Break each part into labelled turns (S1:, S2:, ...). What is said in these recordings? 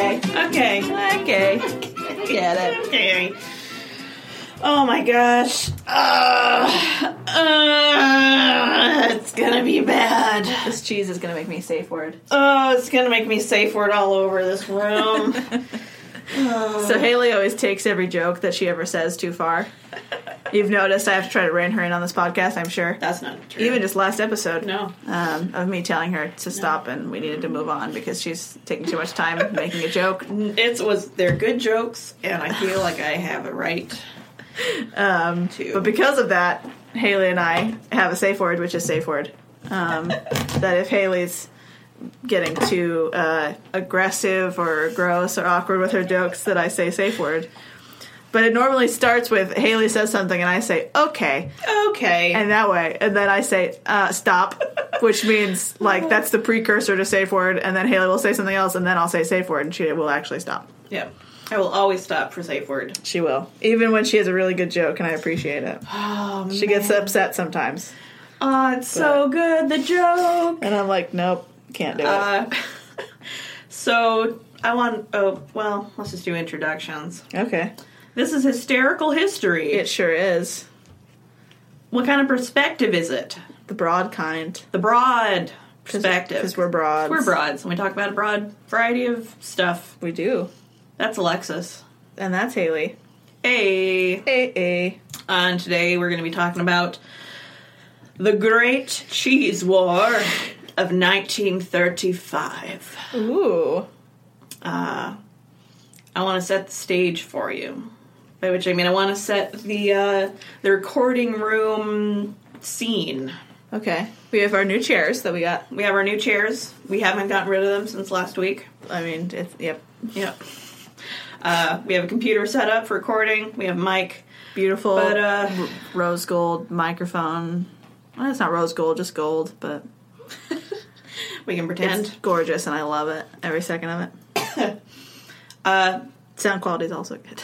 S1: Okay. Okay. I get it. Okay. Oh my gosh. Uh, uh, it's gonna be bad.
S2: This cheese is gonna make me safe word.
S1: Oh, it's gonna make me safe word all over this room.
S2: So Haley always takes every joke that she ever says too far. You've noticed I have to try to rein her in on this podcast, I'm sure.
S1: That's not true.
S2: Even just last episode
S1: no.
S2: um, of me telling her to stop and we needed to move on because she's taking too much time making a joke.
S1: It was they're good jokes, and I feel like I have a right um, to.
S2: But because of that, Haley and I have a safe word, which is safe word. Um, that if Haley's getting too uh, aggressive or gross or awkward with her jokes, that I say safe word. But it normally starts with Haley says something and I say okay,
S1: okay,
S2: and that way, and then I say uh, stop, which means like that's the precursor to safe word, and then Haley will say something else, and then I'll say safe word, and she will actually stop.
S1: yeah, I will always stop for safe word.
S2: She will, even when she has a really good joke, and I appreciate it.
S1: Oh,
S2: She gets upset sometimes.
S1: oh, it's so good the joke.
S2: And I'm like, nope, can't do it.
S1: Uh, so I want. Oh well, let's just do introductions.
S2: okay.
S1: This is hysterical history.
S2: It sure is.
S1: what kind of perspective is it?
S2: The broad kind.
S1: The broad perspective.
S2: Because we're broads.
S1: We're broads, and we talk about a broad variety of stuff.
S2: We do.
S1: That's Alexis.
S2: And that's Haley.
S1: Hey.
S2: Hey, hey.
S1: And today we're going to be talking about the Great Cheese War of 1935.
S2: Ooh.
S1: I want to set the stage for you. By which I mean, I want to set the uh, the recording room scene.
S2: Okay. We have our new chairs that we got.
S1: We have our new chairs. We haven't gotten rid of them since last week.
S2: I mean, it's, yep.
S1: Yep. Uh, we have a computer set up for recording. We have mic.
S2: Beautiful
S1: But, uh,
S2: r- rose gold microphone. Well, it's not rose gold, just gold, but
S1: We can
S2: it's
S1: pretend.
S2: gorgeous and I love it. Every second of it.
S1: Uh,
S2: Sound quality is also good.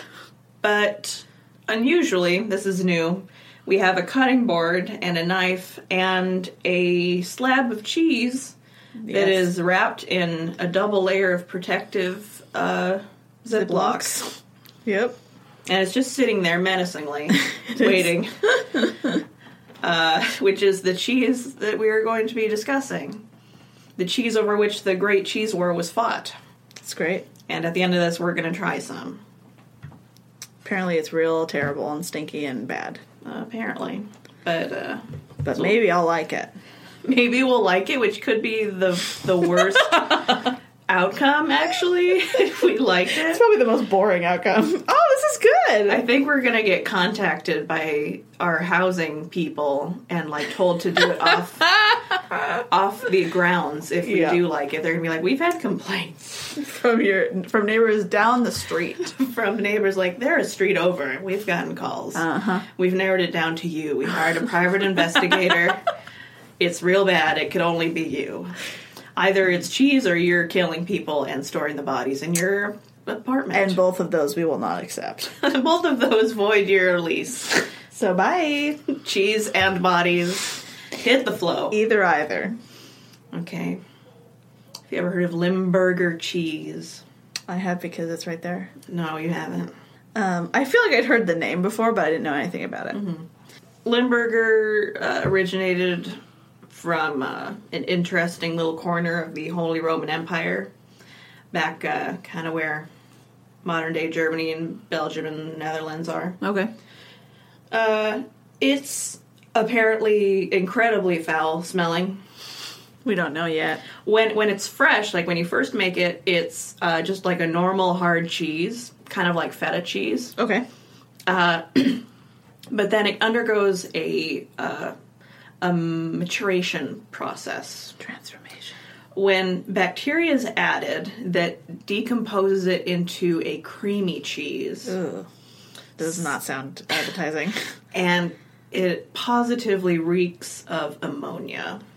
S1: but unusually, this is new. We have a cutting board and a knife and a slab of cheese
S2: Yes.
S1: that is wrapped in a double layer of protective uh, ziplocs,
S2: Yep.
S1: and it's just sitting there menacingly, waiting. uh, which is the cheese that we are going to be discussing, the cheese over which the Great Cheese War was fought.
S2: It's great.
S1: And at the end of this, we're going to try some.
S2: Apparently, it's real terrible and stinky and bad.
S1: Uh, apparently. But uh,
S2: But maybe I'll like it.
S1: maybe we'll like it, which could be the the worst outcome. Actually, if we liked
S2: It's
S1: it,
S2: probably the most boring outcome. Oh, this is good.
S1: I think we're gonna get contacted by our housing people and like told to do it off off the grounds if we
S2: Yeah.
S1: do like it. They're gonna be like, we've had complaints
S2: from your from neighbors down the street.
S1: from neighbors like they're a street over. We've gotten calls.
S2: Uh-huh.
S1: We've narrowed it down to you. We hired a private investigator. It's real bad. It could only be you. Either it's cheese or you're killing people and storing the bodies in your
S2: And
S1: apartment.
S2: both of those we will not accept.
S1: both of those void your lease.
S2: So bye.
S1: cheese and bodies. Hit the flow.
S2: Either either.
S1: Okay. Have you ever heard of Limburger cheese?
S2: I have because it's right there.
S1: No, you haven't.
S2: Um, I feel like I'd heard the name before, but I didn't know anything about it.
S1: Limburger uh, originated from uh, an interesting little corner of the Holy Roman Empire, back uh, kind of where modern day Germany and Belgium and Netherlands are.
S2: Okay.
S1: Uh, it's apparently incredibly foul smelling.
S2: We don't know yet.
S1: When when it's fresh, like when you first make it, it's uh, just like a normal hard cheese, kind of like feta cheese.
S2: Okay.
S1: but then it undergoes a uh, a maturation process
S2: Transformation.
S1: when bacteria is added that decomposes it into a creamy cheese
S2: Ugh. Does not sound appetizing.
S1: and it positively reeks of ammonia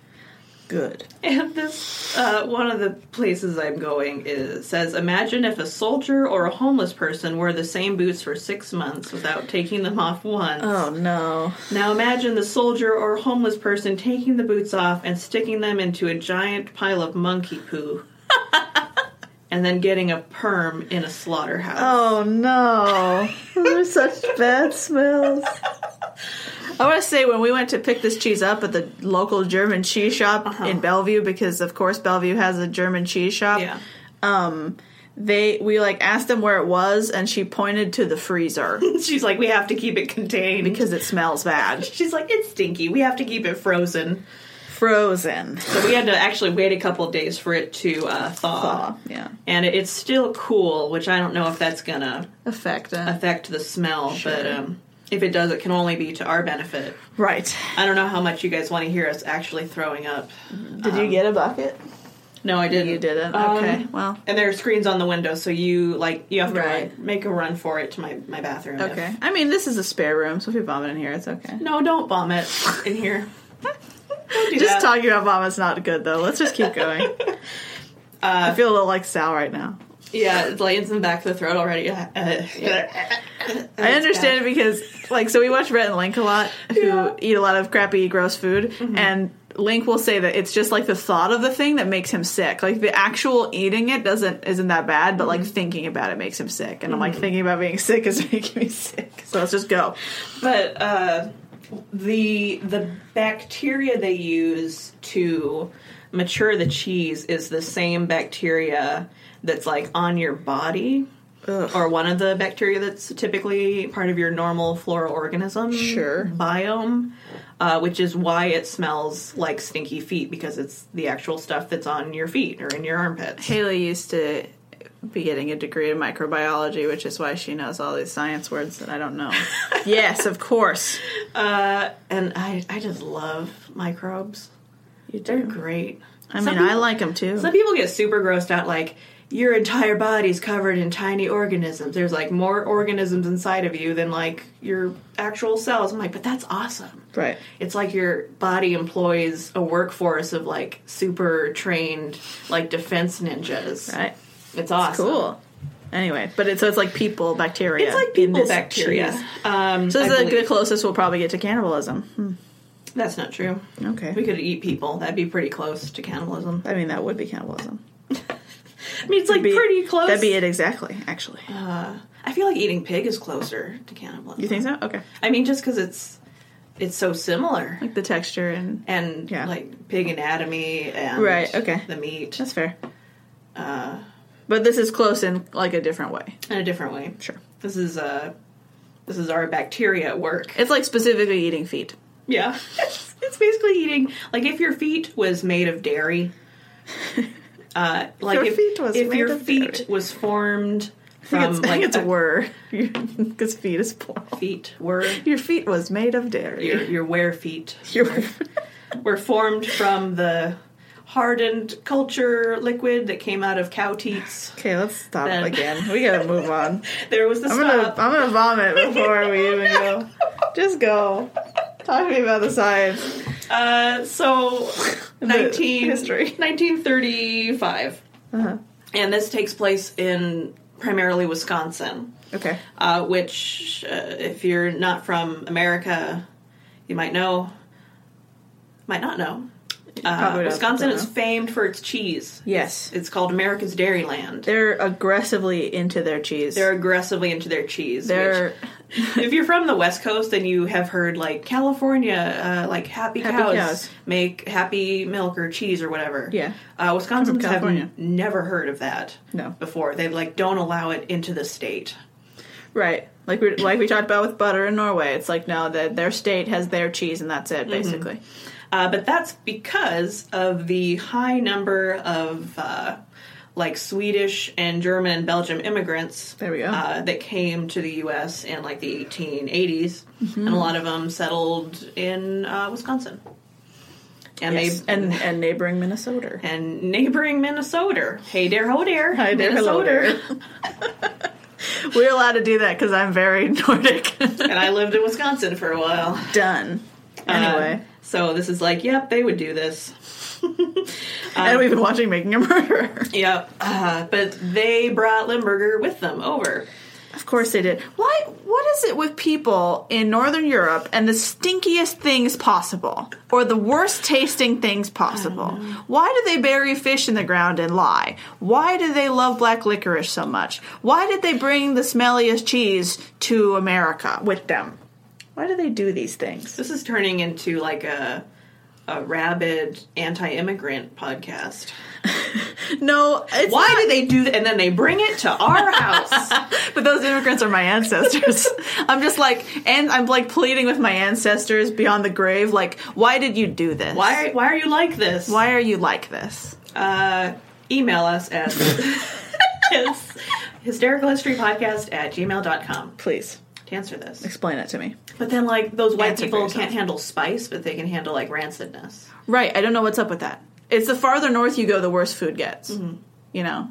S2: Good.
S1: and this uh, one of the places i'm going is says imagine if a soldier or a homeless person wore the same boots for six months without taking them off once
S2: Oh no.
S1: Now imagine the soldier or homeless person taking the boots off and sticking them into a giant pile of monkey poo. and then getting a perm in a slaughterhouse.
S2: Oh no, those are such bad smells. I want to say when we went to pick this cheese up at the local German cheese shop in Bellevue, because of course Bellevue has a German cheese shop.
S1: Yeah.
S2: Um, they we like asked them where it was, and she pointed to the freezer
S1: She's like, we have to keep it contained.
S2: because it smells bad.
S1: She's like, it's stinky. We have to keep it frozen.
S2: Frozen.
S1: So we had to actually wait a couple of days for it to uh, thaw.
S2: Aw, yeah,
S1: And it- it's still cool, which I don't know if that's gonna
S2: affect it.
S1: affect the smell, but
S2: Sure.
S1: um, if it does, it can only be to our benefit.
S2: Right.
S1: I don't know how much you guys want to hear us actually throwing up.
S2: Did you get a bucket?
S1: No, I didn't.
S2: You didn't.
S1: Um,
S2: Okay. Well.
S1: And there are screens on the window, so you like you have to
S2: Right.
S1: like, make a run for it to my my bathroom. if-
S2: Okay. I mean, this is a spare room, so if you vomit in here, it's okay.
S1: No, don't vomit in here. Don't do that.
S2: Just talking about vomit's not good though. Let's just keep going. I feel a little like Sal right now.
S1: Yeah, it's like it's in the back of the throat already. Uh, uh,
S2: I understand it because, like, so we watch Rhett and Link a lot, who
S1: Yeah.
S2: eat a lot of crappy, gross food, and Link will say that it's just like the thought of the thing that makes him sick. Like the actual eating it doesn't isn't that bad, but like thinking about it makes him sick. And I'm like, thinking about being sick is making me sick. So let's just go.
S1: But uh, the the bacteria they use to mature the cheese is the same bacteria that's like on your body,
S2: Ugh.
S1: or one of the bacteria that's typically part of your normal floral organism
S2: Sure.
S1: biome, uh, which is why it smells like stinky feet because it's the actual stuff that's on your feet or in your armpits.
S2: Haley used to be getting a degree in microbiology, which is why she knows all these science words that I don't know. yes, of course.
S1: Uh, and I I just love microbes.
S2: You
S1: They're great.
S2: I mean,
S1: Some
S2: I
S1: people-
S2: like them too.
S1: Some people get super grossed out, like, your entire body's covered in tiny organisms. There's like more organisms inside of you than like your actual cells. I'm like, but that's awesome.
S2: Right.
S1: It's like your body employs a workforce of like super trained, like defense ninjas.
S2: Right.
S1: It's awesome.
S2: Cool. Anyway, but it, so it's like people bacteria.
S1: It's like
S2: in
S1: people
S2: this
S1: bacteria.
S2: cheese.
S1: Um,
S2: So
S1: I
S2: this is like
S1: believe-
S2: the closest we'll probably get to cannibalism. Hmm.
S1: That's not true. We
S2: Okay.
S1: could eat people. That'd be pretty close to cannibalism.
S2: I mean, that would be cannibalism.
S1: I mean, it's like
S2: Be-
S1: pretty close.
S2: That'd be it exactly. Actually,
S1: Uh, I feel like eating pig is closer to cannibalism.
S2: you think so? Okay.
S1: I mean, just because it's it's so similar
S2: Like the texture and
S1: and
S2: Yeah.
S1: like pig anatomy and
S2: Right, okay.
S1: the meat
S2: that's fair.
S1: uh,
S2: But this is close in like a different way.
S1: in a different way.
S2: Sure.
S1: This is uh, this is our bacteria at work.
S2: It's like specifically eating feet.
S1: Yeah, it's, it's basically eating like if your feet was made of dairy. Uh, like
S2: Your
S1: if,
S2: feet was
S1: if
S2: made
S1: your
S2: of
S1: feet
S2: dairy.
S1: was formed
S2: I
S1: from
S2: think it's, I
S1: like
S2: think it's
S1: a-
S2: were because feet is plural.
S1: feet were
S2: Your feet was made of dairy.
S1: your your wear feet
S2: Your-
S1: were formed from the hardened culture liquid that came out of cow teats.
S2: okay, let's stop
S1: Then-
S2: again. We gotta move on.
S1: There was the
S2: I'm gonna
S1: stop.
S2: I'm gonna vomit before we even go. Just go. Talk to me about the science.
S1: Uh, so, 19,
S2: history.
S1: 1935.
S2: Uh-huh.
S1: And this takes place in primarily Wisconsin,
S2: Okay.
S1: uh, which, uh, if you're not from America, you might know, might not know. Uh,
S2: probably don't-
S1: Wisconsin
S2: don't
S1: is
S2: know.
S1: famed for its cheese.
S2: Yes.
S1: It's called America's Dairyland.
S2: They're aggressively into their cheese.
S1: They're aggressively into their cheese. which-
S2: they're
S1: if you're from the West Coast, then you have heard like California, uh, like happy,
S2: Happy
S1: cows,
S2: cows.
S1: make happy milk or cheese or whatever.
S2: Yeah.
S1: uh, Wisconsin's
S2: From
S1: have
S2: California.
S1: n- never heard of that.
S2: No.
S1: before they like don't allow it into the state.
S2: right. Like we like we talked about with butter in Norway. It's like no, that their state has their cheese and that's it basically.
S1: Uh, but that's because of the high number of uh, like Swedish and German and Belgium immigrants.
S2: There we go.
S1: Uh, that came to the U.S. in like the 1880s,
S2: Mm-hmm.
S1: and a lot of them settled in uh, Wisconsin. And
S2: Yes.
S1: they
S2: And and neighboring Minnesota.
S1: and neighboring Minnesota. Hey there, ho there.
S2: Hi there, hello
S1: Minnesota.
S2: We're allowed to do that because I'm very Nordic.
S1: and I lived in Wisconsin for a while.
S2: Done. Anyway,
S1: Uh, so this is like, yep, they would do this.
S2: and we've been watching Making a Murderer.
S1: Yep. Uh, but they brought Limburger with them over.
S2: Of course they did. Why? What is it with people in Northern Europe and the stinkiest things possible, or the worst tasting things possible? Why do they bury fish in the ground and lie? Why do they love black licorice so much? Why did they bring the smelliest cheese to America with them? Why do they do these things?
S1: This is turning into like a a rabid anti-immigrant podcast.
S2: No, it's
S1: Why do they do that? And then they bring it to our house.
S2: but those immigrants are my ancestors. I'm just like, and I'm like pleading with my ancestors beyond the grave. Like, why did you do this?
S1: Why? Why are you like this?
S2: Why are you like this?
S1: Uh, email us at hysterical history podcast at gmail.com
S2: Please
S1: to answer this.
S2: explain it to me.
S1: But then, like, those white
S2: Answer for
S1: people
S2: yourself.
S1: can't handle spice, but they can handle, like, rancidness.
S2: Right. I don't know what's up with that. It's the farther north you go, the worse food gets. You know,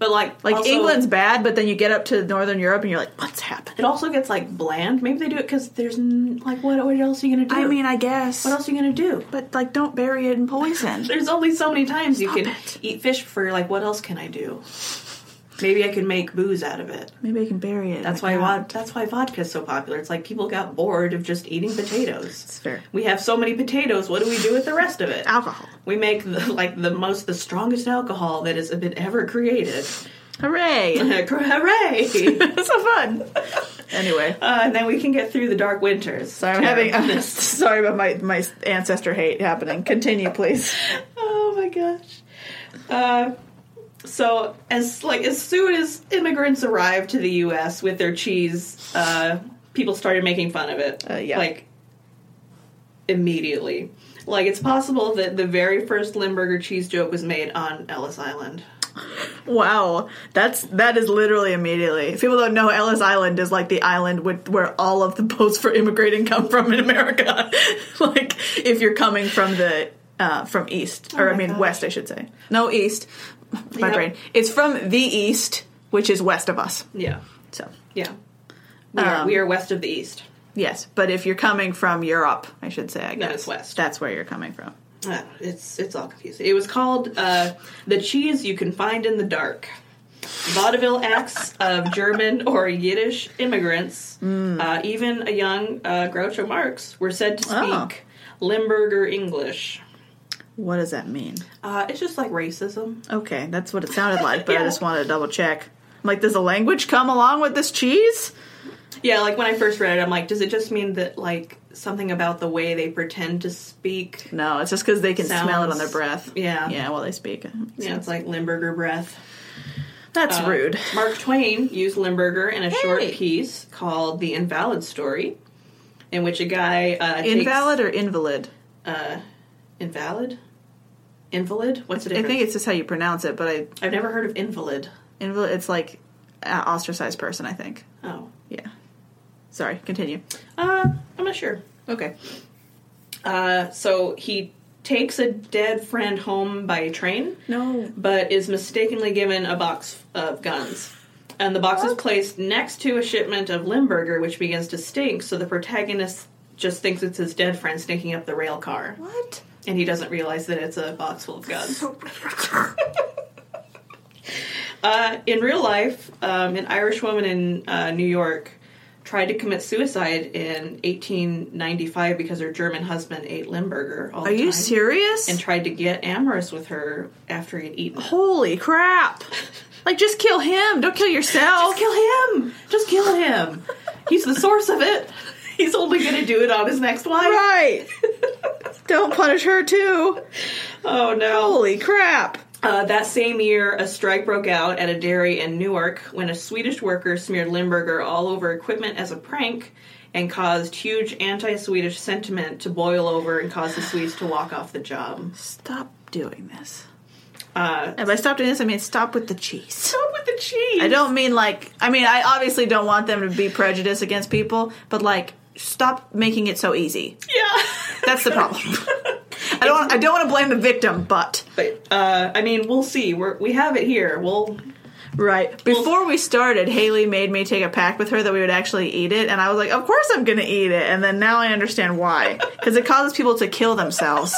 S1: But, like,
S2: like
S1: also-
S2: England's bad, but then you get up to northern Europe and you're like, what's happened?
S1: It also gets, like, bland. Maybe they do it because there's, n- like, what, what else are you going to do?
S2: I mean, I guess,
S1: what else are you going to do?
S2: but like, don't bury it in poison.
S1: There's only so many times you can
S2: it.
S1: eat fish for, like, what else can I do? Maybe I can make booze out of it.
S2: Maybe I can bury it. in
S1: That's
S2: the
S1: why
S2: ground.
S1: vod- that's why vodka is so popular. It's like people got bored of just eating potatoes.
S2: It's fair.
S1: We have so many potatoes. What do we do with the rest of it?
S2: Alcohol.
S1: We make the, like the most, the strongest alcohol that has been ever created.
S2: Hooray!
S1: Hooray! uh,
S2: so fun. anyway.
S1: and then we can get through the dark winters.
S2: Sorry, I'm having. I'm just sorry about my my ancestor hate happening. Continue, please.
S1: oh my gosh. Uh, so as like as soon as immigrants arrived to the U.S. with their cheese, uh, people started making fun of it.
S2: Uh, yeah.
S1: Like immediately. Like it's possible that the very first Limburger cheese joke was made on Ellis Island.
S2: Wow, that's that is literally immediately. If people don't know, Ellis Island is like the island with where all of the boats for immigrating come from in America. like if you're coming from the uh, from east, or I
S1: my
S2: mean
S1: gosh.
S2: west, I should say. No east. My
S1: Yep.
S2: brain. It's from the east, which is west of us.
S1: Yeah,
S2: So
S1: yeah. We, are,
S2: Um,
S1: we are west of the east.
S2: yes, but if you're coming from Europe, I should say, I guess
S1: it's west.
S2: That's where you're coming from.
S1: Uh, it's it's all confusing. It was called uh, "The Cheese You Can Find in the Dark." Vaudeville acts of German or Yiddish immigrants, uh, even a young uh, Groucho Marx, were said to speak
S2: Oh.
S1: Limburger English.
S2: What does that mean?
S1: Uh, it's just like racism.
S2: Okay, that's what it sounded like, but I
S1: Yeah.
S2: just wanted to double check. I'm like, does the language come along with this cheese?
S1: Yeah, like when I first read it, I'm like, does it just mean that like something about the way they pretend to speak?
S2: No, it's just because they can smell it on their
S1: Sounds-
S2: breath.
S1: yeah.
S2: Yeah, while they speak.
S1: Yeah, it's like Limburger breath.
S2: That's
S1: Uh,
S2: rude.
S1: Mark Twain used Limburger in a short
S2: Hey.
S1: piece called "The Invalid Story," in which a guy uh, takes-
S2: Invalid or invalid?
S1: uh, invalid, invalid. What's the
S2: I
S1: difference?
S2: think it's just how you pronounce it, but I
S1: I've never heard of invalid.
S2: invalid. It's like uh, ostracized person. I think.
S1: Oh,
S2: Yeah. Sorry. Continue.
S1: uh, I'm not sure.
S2: Okay.
S1: Uh, so he takes a dead friend home by train,
S2: No.
S1: but is mistakenly given a box of guns. And the box is placed next to a shipment of Limburger, which begins to stink. So the protagonist just thinks it's his dead friend stinking up the rail car.
S2: What?
S1: and he doesn't realize that it's a box full of guns. Uh, in real life, um, an Irish woman in uh, New York tried to commit suicide in 1895 because her German husband ate Limburger all the
S2: Are you
S1: time
S2: serious?
S1: and tried to get amorous with her after he'd eaten. it.
S2: Holy crap! Like, just kill him. Don't kill
S1: Just
S2: yourself.
S1: kill him! Just kill him! He's the source of it. He's only gonna do it on his next wife.
S2: right. Don't punish her too.
S1: Oh no.
S2: Holy crap!
S1: Uh, that same year, a strike broke out at a dairy in Newark when a Swedish worker smeared Limburger all over equipment as a prank and caused huge anti Swedish sentiment to boil over and cause the Swedes to walk off the job.
S2: Stop doing this.
S1: Uh,
S2: And by stop doing this, I mean stop with the cheese.
S1: stop with the cheese!
S2: I don't mean like. I mean, I obviously don't want them to be prejudiced against people, but like, stop making it so easy.
S1: Yeah!
S2: That's the problem. I don't. I don't want to blame the victim, but
S1: but, uh, I mean, we'll see. We're, we have it here. We'll.
S2: right before we started, Haley made me take a pact with her that we would actually eat it, and I was like, "Of course, I'm going to eat it." And then now I understand why, because it causes people to kill themselves.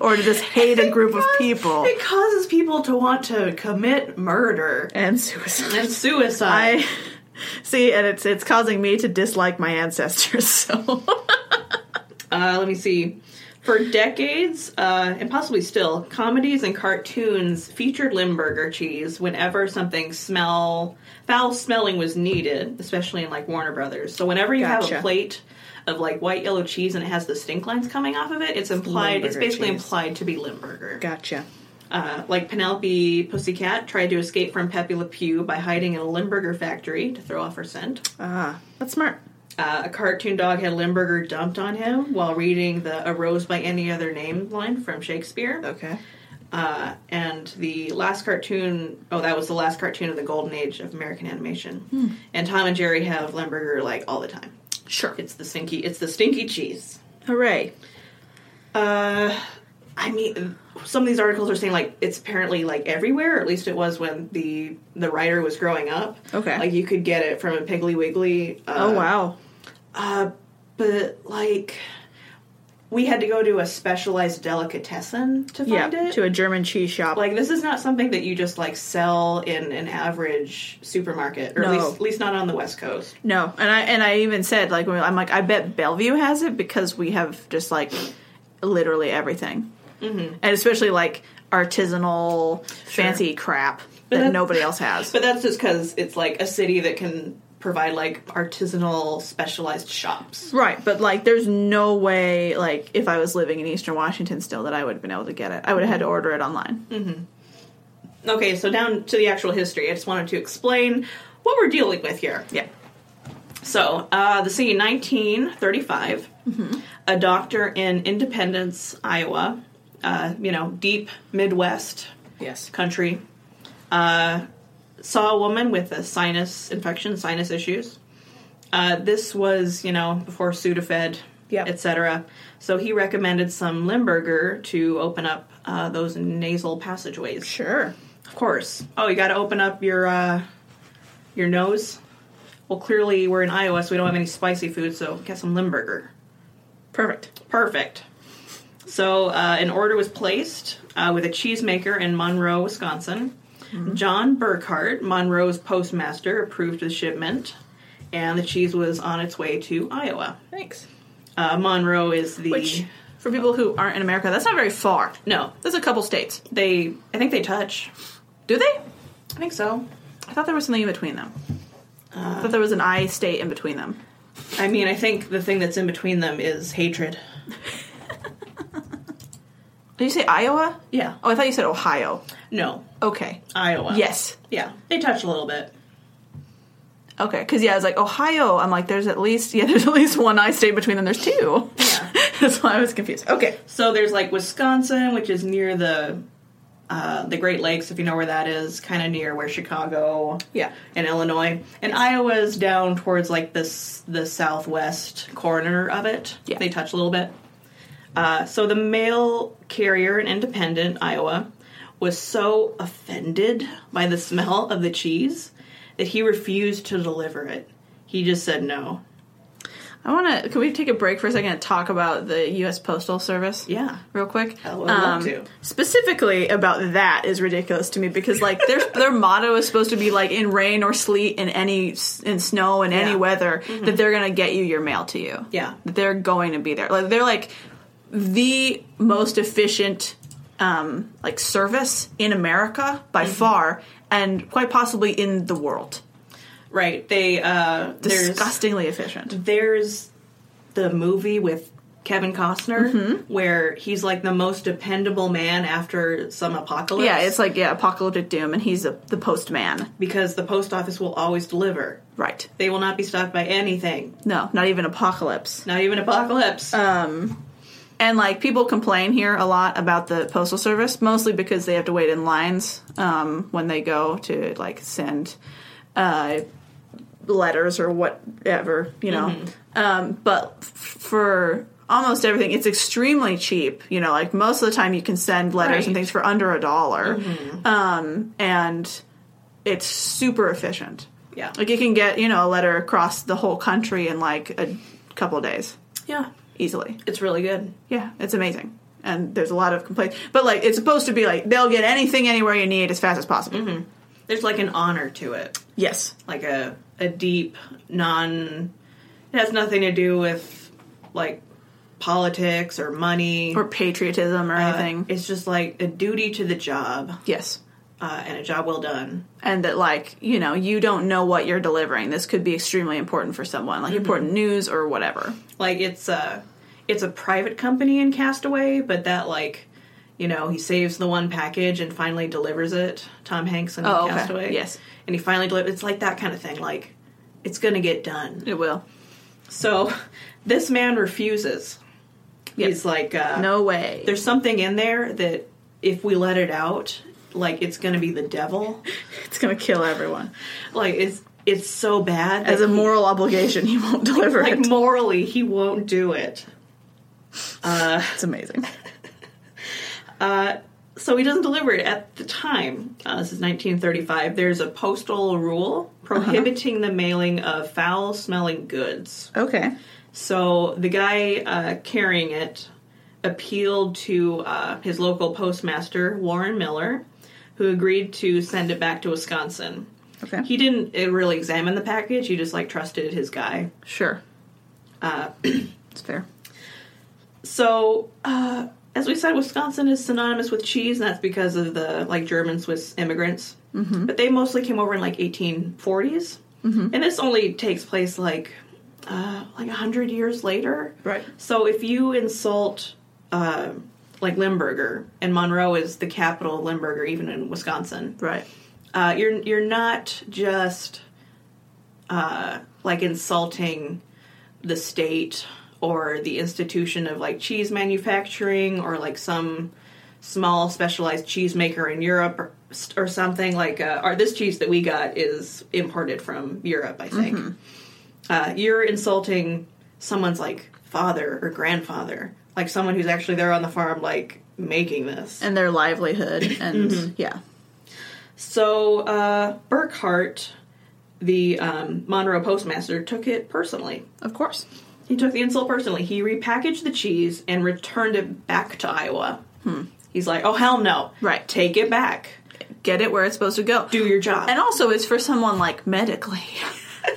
S2: or to just hate a group of people
S1: It causes people to want to commit murder
S2: and suicide.
S1: and suicide.
S2: I see, and it's it's causing me to dislike my ancestors. So
S1: Uh, let me see. For decades, uh, and possibly still, comedies and cartoons featured Limburger cheese whenever something smell foul smelling was needed, especially in like Warner Brothers. So whenever you have
S2: Gotcha.
S1: a plate of like white yellow cheese and it has the stink lines coming off of it, it's implied. it's
S2: Limburger
S1: basically
S2: cheese.
S1: implied to be Limburger.
S2: gotcha.
S1: Uh, like Penelope Pussycat tried to escape from Pepe Le Pew by hiding in a Limburger factory to throw off her scent.
S2: Ah, that's smart.
S1: Uh, a cartoon dog had Limburger dumped on him while reading the "A Rose by Any Other Name" line from Shakespeare.
S2: Okay.
S1: Uh, and the last cartoon, oh, that was the last cartoon of the golden age of American animation.
S2: Hmm.
S1: And Tom and Jerry have Limburger like all the time.
S2: Sure.
S1: It's the stinky, it's the stinky cheese.
S2: Hooray.
S1: Uh, I mean, some of these articles are saying like it's apparently like everywhere. Or at least it was when the the writer was growing up.
S2: Okay.
S1: like you could get it from a Piggly Wiggly. Uh,
S2: oh wow.
S1: Uh, but like, we had to go to a specialized delicatessen to
S2: Yeah.
S1: find it.
S2: To a German cheese shop.
S1: like this is not something that you just like sell in an average supermarket, or at
S2: No.
S1: least at least not on the West Coast.
S2: No, and I and I even said like when we- I'm like I bet Bellevue has it because we have just like literally everything, mm-hmm. and especially like artisanal fancy crap
S1: But
S2: that
S1: that-
S2: nobody else has.
S1: But that's just because it's like a city that can provide like artisanal specialized shops.
S2: Right, but like there's no way like if I was living in Eastern Washington still that I would have been able to get it. I would have had to order it online.
S1: Mm. Okay, so down to the actual history. I just wanted to explain what we're dealing with here.
S2: Yeah.
S1: So, uh, the scene 1935, a doctor in Independence, Iowa, uh, you know, deep Midwest
S2: Yes.
S1: country, uh, saw a woman with a sinus infection, sinus issues. Uh, this was, you know, before Sudafed,
S2: Yep.
S1: etc. So he recommended some Limburger to open up uh, those nasal passageways.
S2: Sure.
S1: Of course. Oh, you got to open up your uh, your nose. Well, clearly we're in Iowa, so we don't have any spicy food, so get some Limburger.
S2: Perfect.
S1: Perfect. So uh, an order was placed uh, with a cheesemaker in Monroe, Wisconsin. John Burkhart, Monroe's postmaster, approved the shipment, and the cheese was on its way to Iowa.
S2: Thanks.
S1: Uh, Monroe is the
S2: Which for people who aren't in America, that's not very far.
S1: no.
S2: There's a couple states.
S1: They, I think they touch.
S2: Do they?
S1: I think so.
S2: I thought there was something in between them. I thought there was an I state in between them.
S1: I mean, I think the thing that's in between them is hatred.
S2: Did you say Iowa?
S1: Yeah.
S2: Oh, I thought you said Ohio.
S1: No,
S2: Okay.
S1: Iowa.
S2: Yes.
S1: Yeah, they touch a little bit.
S2: Okay. Because yeah, I was like Ohio. I'm like, there's at least yeah, there's at least one I state between them. There's two.
S1: Yeah.
S2: That's why I was confused. Okay.
S1: So there's like Wisconsin, which is near the uh, the Great Lakes, if you know where that is, kind of near where Chicago
S2: Yeah.
S1: and Illinois, and Iowa's down towards like this the southwest corner of it.
S2: Yeah.
S1: They touch a little bit. Uh, so the mail carrier in Independent, Iowa, was so offended by the smell of the cheese that he refused to deliver it. He just said no.
S2: I want to. Can we take a break for a second and talk about the U.S. Postal Service?
S1: Yeah.
S2: Real quick. Um,
S1: I would love to.
S2: Specifically about that is ridiculous to me because like their their motto is supposed to be like in rain or sleet in any in snow in any
S1: Yeah. Mm-hmm.
S2: weather that they're gonna get you your mail to you.
S1: Yeah.
S2: that they're going to be there. Like they're like the most efficient um, like service in America by
S1: Mm-hmm.
S2: far, and quite possibly in the world.
S1: Right. They uh there's
S2: Disgustingly efficient.
S1: there's the movie with Kevin Costner
S2: Mm-hmm.
S1: where he's like the most dependable man after some apocalypse.
S2: Yeah, it's like yeah, apocalyptic doom, and he's a, the postman.
S1: because the post office will always deliver.
S2: Right.
S1: They will not be stopped by anything,
S2: No, not even apocalypse.
S1: not even apocalypse.
S2: Uh, And like people complain here a lot about the postal service, mostly because they have to wait in lines um, when they go to like send uh, letters or whatever, you know. Um, but f- for almost everything, it's extremely cheap. You know, like most of the time, you can send letters and
S1: Right.
S2: things for under a dollar, um, and it's super efficient.
S1: yeah.
S2: Like you can get you know a letter across the whole country in like a couple days
S1: Yeah.
S2: easily.
S1: It's really good.
S2: Yeah, it's amazing. and there's a lot of complaints. But like, it's supposed to be like they'll get anything anywhere you need as fast as possible.
S1: There's like an honor to it,
S2: Yes,
S1: like a a deep non. It has nothing to do with like politics or money
S2: or patriotism or
S1: uh,
S2: anything.
S1: It's just like a duty to the job
S2: yes,
S1: uh, and a job well done.
S2: and that like you know you don't know what you're delivering. This could be extremely important for someone, like important news or whatever.
S1: Like it's a it's a private company in Castaway, but that like you know he saves the one package and finally delivers it. Tom Hanks in
S2: Oh, okay.
S1: Castaway,
S2: Yes.
S1: and he finally delivers. It's like that kind of thing. Like it's gonna get done.
S2: It will.
S1: So this man refuses.
S2: Yep.
S1: He's like, uh,
S2: No way.
S1: There's something in there that if we let it out, like it's gonna be the devil.
S2: It's gonna kill everyone.
S1: Like it's it's so bad that
S2: As a
S1: he-
S2: moral obligation, he won't deliver
S1: like
S2: it.
S1: morally he won't do it.
S2: It's amazing.
S1: so he doesn't deliver it at the time. Uh, this is 1935. There's a postal rule prohibiting the mailing of foul smelling goods.
S2: Okay.
S1: So the guy uh, carrying it appealed to uh, his local postmaster, Warren Miller, who agreed to send it back to Wisconsin.
S2: Okay.
S1: He didn't uh, really examine the package, he just like trusted his guy.
S2: sure. Uh, it's fair.
S1: So, uh, as we said, Wisconsin is synonymous with cheese, and that's because of the like German Swiss immigrants. Mm-hmm. But they mostly came over in like 1840s, and this only takes place like uh, like hundred years later.
S2: Right.
S1: So if you insult uh, like Limburger, and Monroe is the capital of Limburger, even in Wisconsin,
S2: Right.
S1: uh, you're you're not just uh, like insulting the state or the institution of like cheese manufacturing or like some small specialized cheese maker in Europe or, or something like uh, or this cheese that we got is imported from Europe I think uh, you're insulting someone's like father or grandfather like someone who's actually there on the farm like making this
S2: And their livelihood and yeah.
S1: so uh, Burkhart, the um, Monroe postmaster, took it personally.
S2: Of course.
S1: He took the insult personally. He repackaged the cheese and returned it back to Iowa. He's like, "Oh hell no!
S2: Hmm. Right.
S1: take it back.
S2: Get it where it's supposed to go.
S1: Do your job."
S2: And also, it's for someone like medically.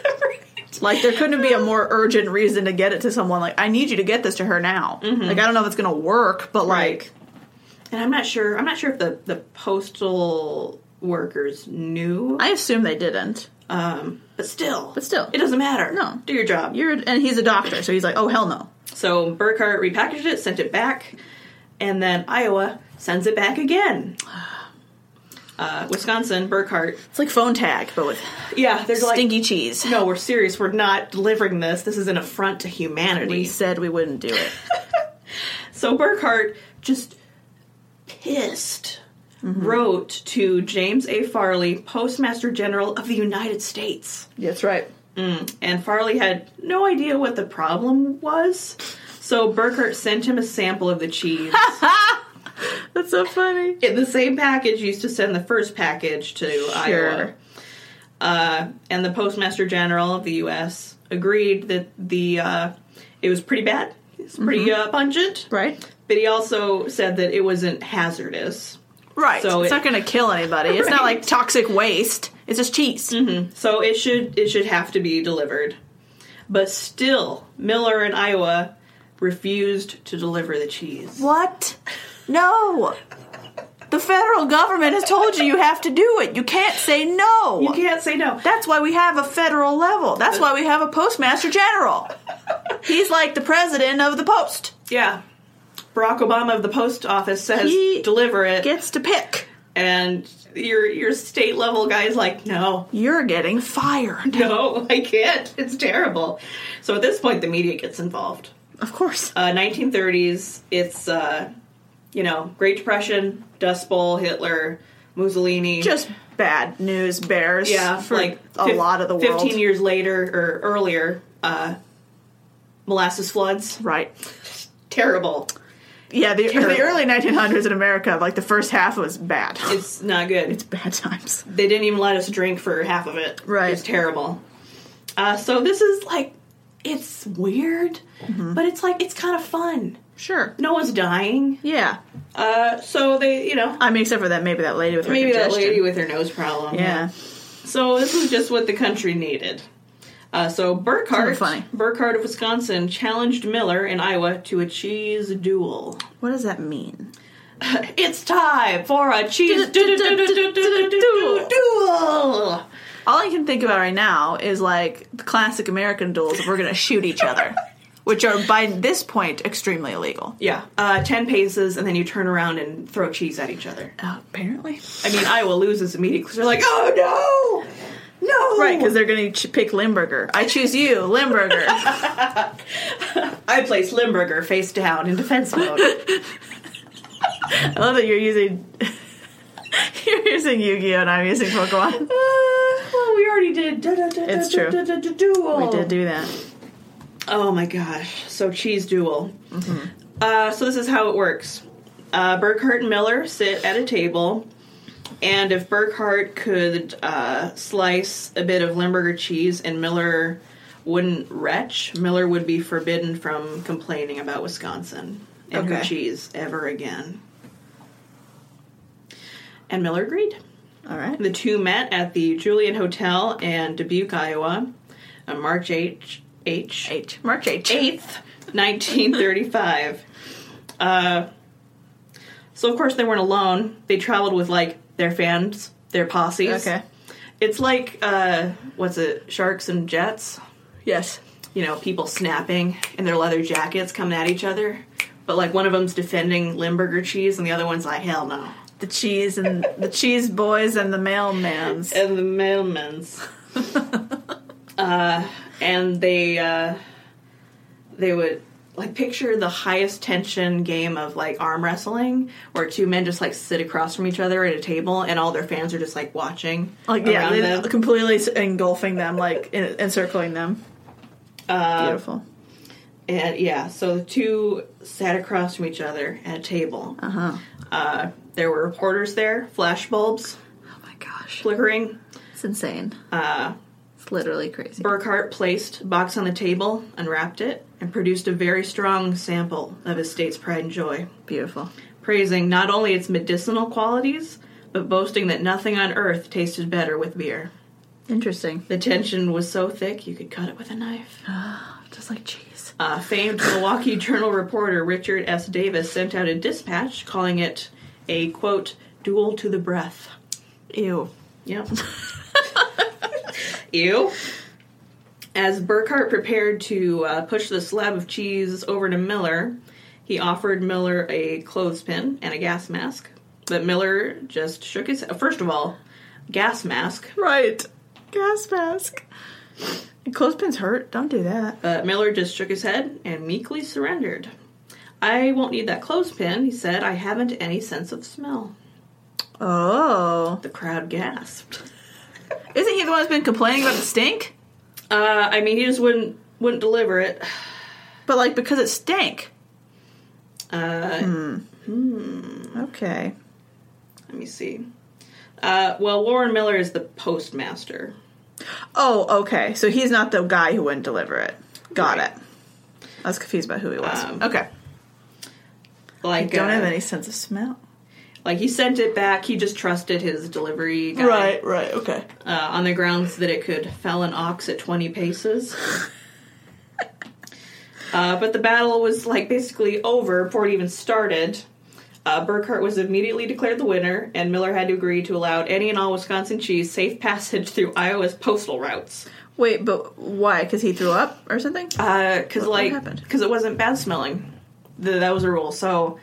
S2: Like there couldn't be a more urgent reason to get it to someone. Like I need you to get this to her now. Like I don't know if it's gonna work, but like
S1: Mm-hmm. Right. and I'm not sure. I'm not sure if the the postal workers knew,
S2: I assume they didn't.
S1: um, but still,
S2: But still.
S1: it doesn't matter.
S2: No.
S1: do your job.
S2: You're and he's a doctor, so he's like, oh hell no.
S1: so Burkhart repackaged it, sent it back, and then Iowa sends it back again. Uh, Wisconsin, Burkhart.
S2: It's like phone tag, but with
S1: Yeah, they're
S2: stinky cheese.
S1: like, no, we're serious. We're not delivering this. This is an affront to humanity.
S2: We said we wouldn't do it.
S1: So Burkhart just pissed
S2: Mm-hmm.
S1: wrote to James A. Farley, Postmaster General of the United States.
S2: That's right.
S1: and Farley had no idea what the problem was. So Burkhart sent him a sample of the cheese.
S2: That's so funny.
S1: in the same package used to send the first package to Iowa.
S2: Sure.
S1: Uh, and the Postmaster General of the U.S. agreed that the uh, it was pretty bad. It's pretty uh, pungent,
S2: Mm-hmm. Right.
S1: but he also said that it wasn't hazardous.
S2: Right.
S1: So
S2: it's
S1: it-
S2: not going to kill anybody. It's not like toxic waste. It's just cheese.
S1: So it should it should have to be delivered. But still, Miller in Iowa refused to deliver the cheese.
S2: What? No. The federal government has told you you have to do it. You can't say no.
S1: You can't say no.
S2: That's why we have a federal level. That's why we have a postmaster general. He's like the president of the post.
S1: Yeah. Barack Obama of the post office says
S2: He
S1: deliver it
S2: Gets to pick.
S1: and your your state level guy's like, "No,
S2: You're getting fired.
S1: no, I can't. It's terrible." So at this point the media gets involved.
S2: Of course.
S1: Uh 1930s, it's uh you know, Great Depression, Dust Bowl, Hitler, Mussolini.
S2: Just bad news bears
S1: yeah,
S2: for
S1: like
S2: a
S1: fif-
S2: lot of the world.
S1: 15 years later or earlier, uh molasses floods.
S2: Right.
S1: Terrible.
S2: Yeah, the, the
S1: Terrible.
S2: early 1900s in America, like the first half was bad.
S1: It's not good.
S2: It's bad times.
S1: they didn't even let us drink for half of it.
S2: Right.
S1: It's terrible. Uh, so this is like, it's weird, but it's like, it's kind of fun.
S2: Sure.
S1: No one's dying.
S2: Yeah.
S1: Uh, so they, you know,
S2: I mean, except for that, maybe that lady with her
S1: maybe that
S2: congestion.
S1: lady with her nose problem.
S2: Yeah.
S1: So this is just what the country needed. Uh, so Burkhardt,
S2: Kinda funny.
S1: Burkhardt of Wisconsin, challenged Miller in Iowa to a cheese duel.
S2: What does that mean?
S1: It's time for a cheese duel.
S2: All I can think about right now is like the classic American duels. where We're going to shoot each other, which are by this point extremely illegal.
S1: Yeah, uh, ten paces, and then you turn around and throw cheese at each other.
S2: Oh, apparently.
S1: I mean, Iowa loses immediately 'cause they're like, "Oh no, no!"
S2: Right, because they're going to ch- pick Limburger. I choose you, Limburger.
S1: I place Limburger face down in defense mode.
S2: I love that you're using you're using Yu-Gi-Oh and I'm using Pokemon.
S1: Uh, well, we already did.
S2: It's true. We did do that.
S1: Oh my gosh. So cheese duel. Uh, so this is how it works. Uh, Burkhart and Miller sit at a table, and if Burkhart could uh, slice a bit of Limburger cheese and Miller wouldn't retch, Miller would be forbidden from complaining about Wisconsin and her
S2: Okay.
S1: cheese ever again. And Miller agreed.
S2: All right.
S1: The two met at the Julian Hotel in Dubuque, Iowa, on March H. H.
S2: H March H.
S1: 8th, 1935. Uh, so, of course, they weren't alone. They traveled with, like, their fans, their posses.
S2: Okay.
S1: It's like, uh, what's it, Sharks and Jets?
S2: Yes.
S1: You know, people snapping in their leather jackets coming at each other. But, like, one of them's defending Limburger cheese, and the other one's like, hell no.
S2: The cheese and the cheese boys and the mailmans.
S1: And the mailmans. uh, and they uh, they would like picture the highest tension game of like arm wrestling where two men just like sit across from each other at a table and all their fans are just like watching
S2: Like yeah,
S1: around
S2: they-
S1: them.
S2: completely s- engulfing them, like en- encircling them.
S1: Uh,
S2: Beautiful.
S1: And yeah, so the two sat across from each other at a table.
S2: Uh-huh.
S1: Uh, there were reporters there, flashbulbs
S2: Oh my gosh,
S1: flickering.
S2: it's insane.
S1: Uh,
S2: It's literally crazy.
S1: Burkhart placed a box on the table, unwrapped it, and produced a very strong sample of his state's pride and joy,
S2: Beautiful.
S1: praising not only its medicinal qualities, but boasting that nothing on earth tasted better with beer.
S2: Interesting.
S1: The tension was so thick you could cut it with a knife.
S2: Just like cheese.
S1: Uh, famed Milwaukee Journal reporter Richard S. Davis sent out a dispatch calling it a quote duel to the breath.
S2: Ew.
S1: Yep. Ew. As Burkhart prepared to uh, push the slab of cheese over to Miller, he offered Miller a clothespin and a gas mask. But Miller just shook his head. First of all, gas mask.
S2: Right. Gas mask. And clothespins hurt. Don't do that.
S1: But Miller just shook his head and meekly surrendered. I won't need that clothespin, he said. I haven't any sense of smell.
S2: Oh.
S1: The crowd gasped.
S2: Isn't he the one who's been complaining about the stink?
S1: Uh, I mean, he just wouldn't wouldn't deliver it.
S2: But like because it stank. Hmm.
S1: Uh,
S2: Okay.
S1: Let me see. Uh, well, Warren Miller is the postmaster.
S2: Oh, okay. So he's not the guy who wouldn't deliver it. Got it. I was confused about who he was.
S1: Um,
S2: okay.
S1: Like,
S2: Don't
S1: uh,
S2: have any sense of smell.
S1: Like he sent it back. He just trusted his delivery guy
S2: right, okay.
S1: uh, on the grounds that it could fell an ox at twenty paces. uh, but the battle was like basically over before it even started. Uh, Burkhart was immediately declared the winner, and Miller had to agree to allow any and all Wisconsin cheese safe passage through Iowa's postal routes.
S2: Wait, but why? Because he threw up or something?
S1: Uh, because
S2: what
S1: like
S2: happened?
S1: because it wasn't bad smelling Th that was a rule so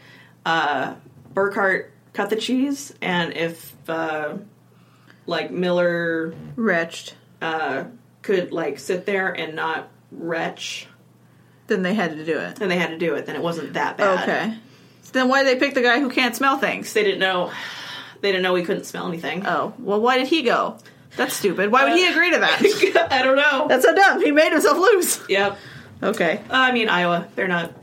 S1: uh burkhart cut the cheese and if uh like miller
S2: Wretched.
S1: uh could like sit there and not retch
S2: Then they had to do it.
S1: then they had to do it then it wasn't that bad
S2: Okay. So then why did they pick the guy who can't smell things?
S1: they didn't know they didn't know we couldn't smell anything
S2: Oh, well, why did he go? That's stupid. Why
S1: Uh,
S2: would he agree to that?
S1: i don't know
S2: That's so dumb. He made himself lose.
S1: yep
S2: Okay.
S1: i mean iowa they're not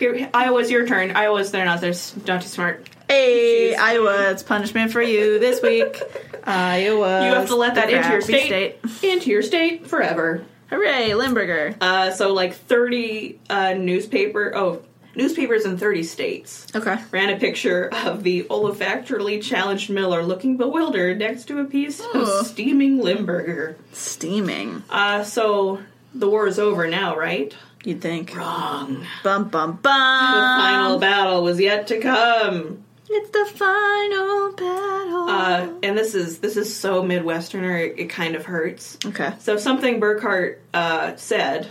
S1: here iowa's your turn iowa's they're not they're s- not too smart
S2: Hey, Iowa, it's punishment for you this week. Iowa.
S1: you have to let that
S2: the
S1: into your
S2: crappy
S1: state into your state forever
S2: Hooray, Limburger.
S1: Uh, so like 30 uh, newspaper oh Newspapers in 30 states
S2: Okay.
S1: ran a picture of the olfactorily challenged Miller looking bewildered next to a piece
S2: Oh.
S1: of steaming Limburger.
S2: Steaming.
S1: Uh, so the war is over now, right?
S2: You'd think.
S1: Wrong.
S2: Bum bum bum.
S1: The
S2: Um,
S1: final battle was yet to come.
S2: It's the final battle.
S1: Uh, and this is this is so midwesterner. It, it kind of hurts.
S2: okay.
S1: So something Burkhart uh, said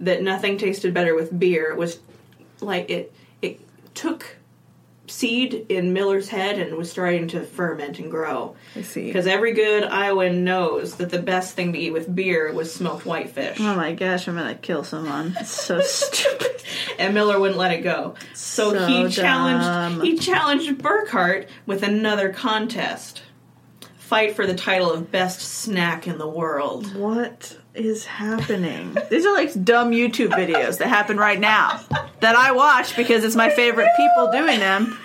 S1: that nothing tasted better with beer was like it it took seed in Miller's head and was starting to ferment and grow.
S2: I see.
S1: Because every good Iowan knows that the best thing to eat with beer was smoked whitefish.
S2: Oh my gosh, I'm gonna kill someone. It's so stupid.
S1: and Miller wouldn't let it go. So,
S2: So
S1: he challenged
S2: dumb.
S1: he challenged Burkhart with another contest. Fight for the title of best snack in the world.
S2: What is happening? These are like dumb YouTube videos that happen right now that I watch because it's my favorite people doing them.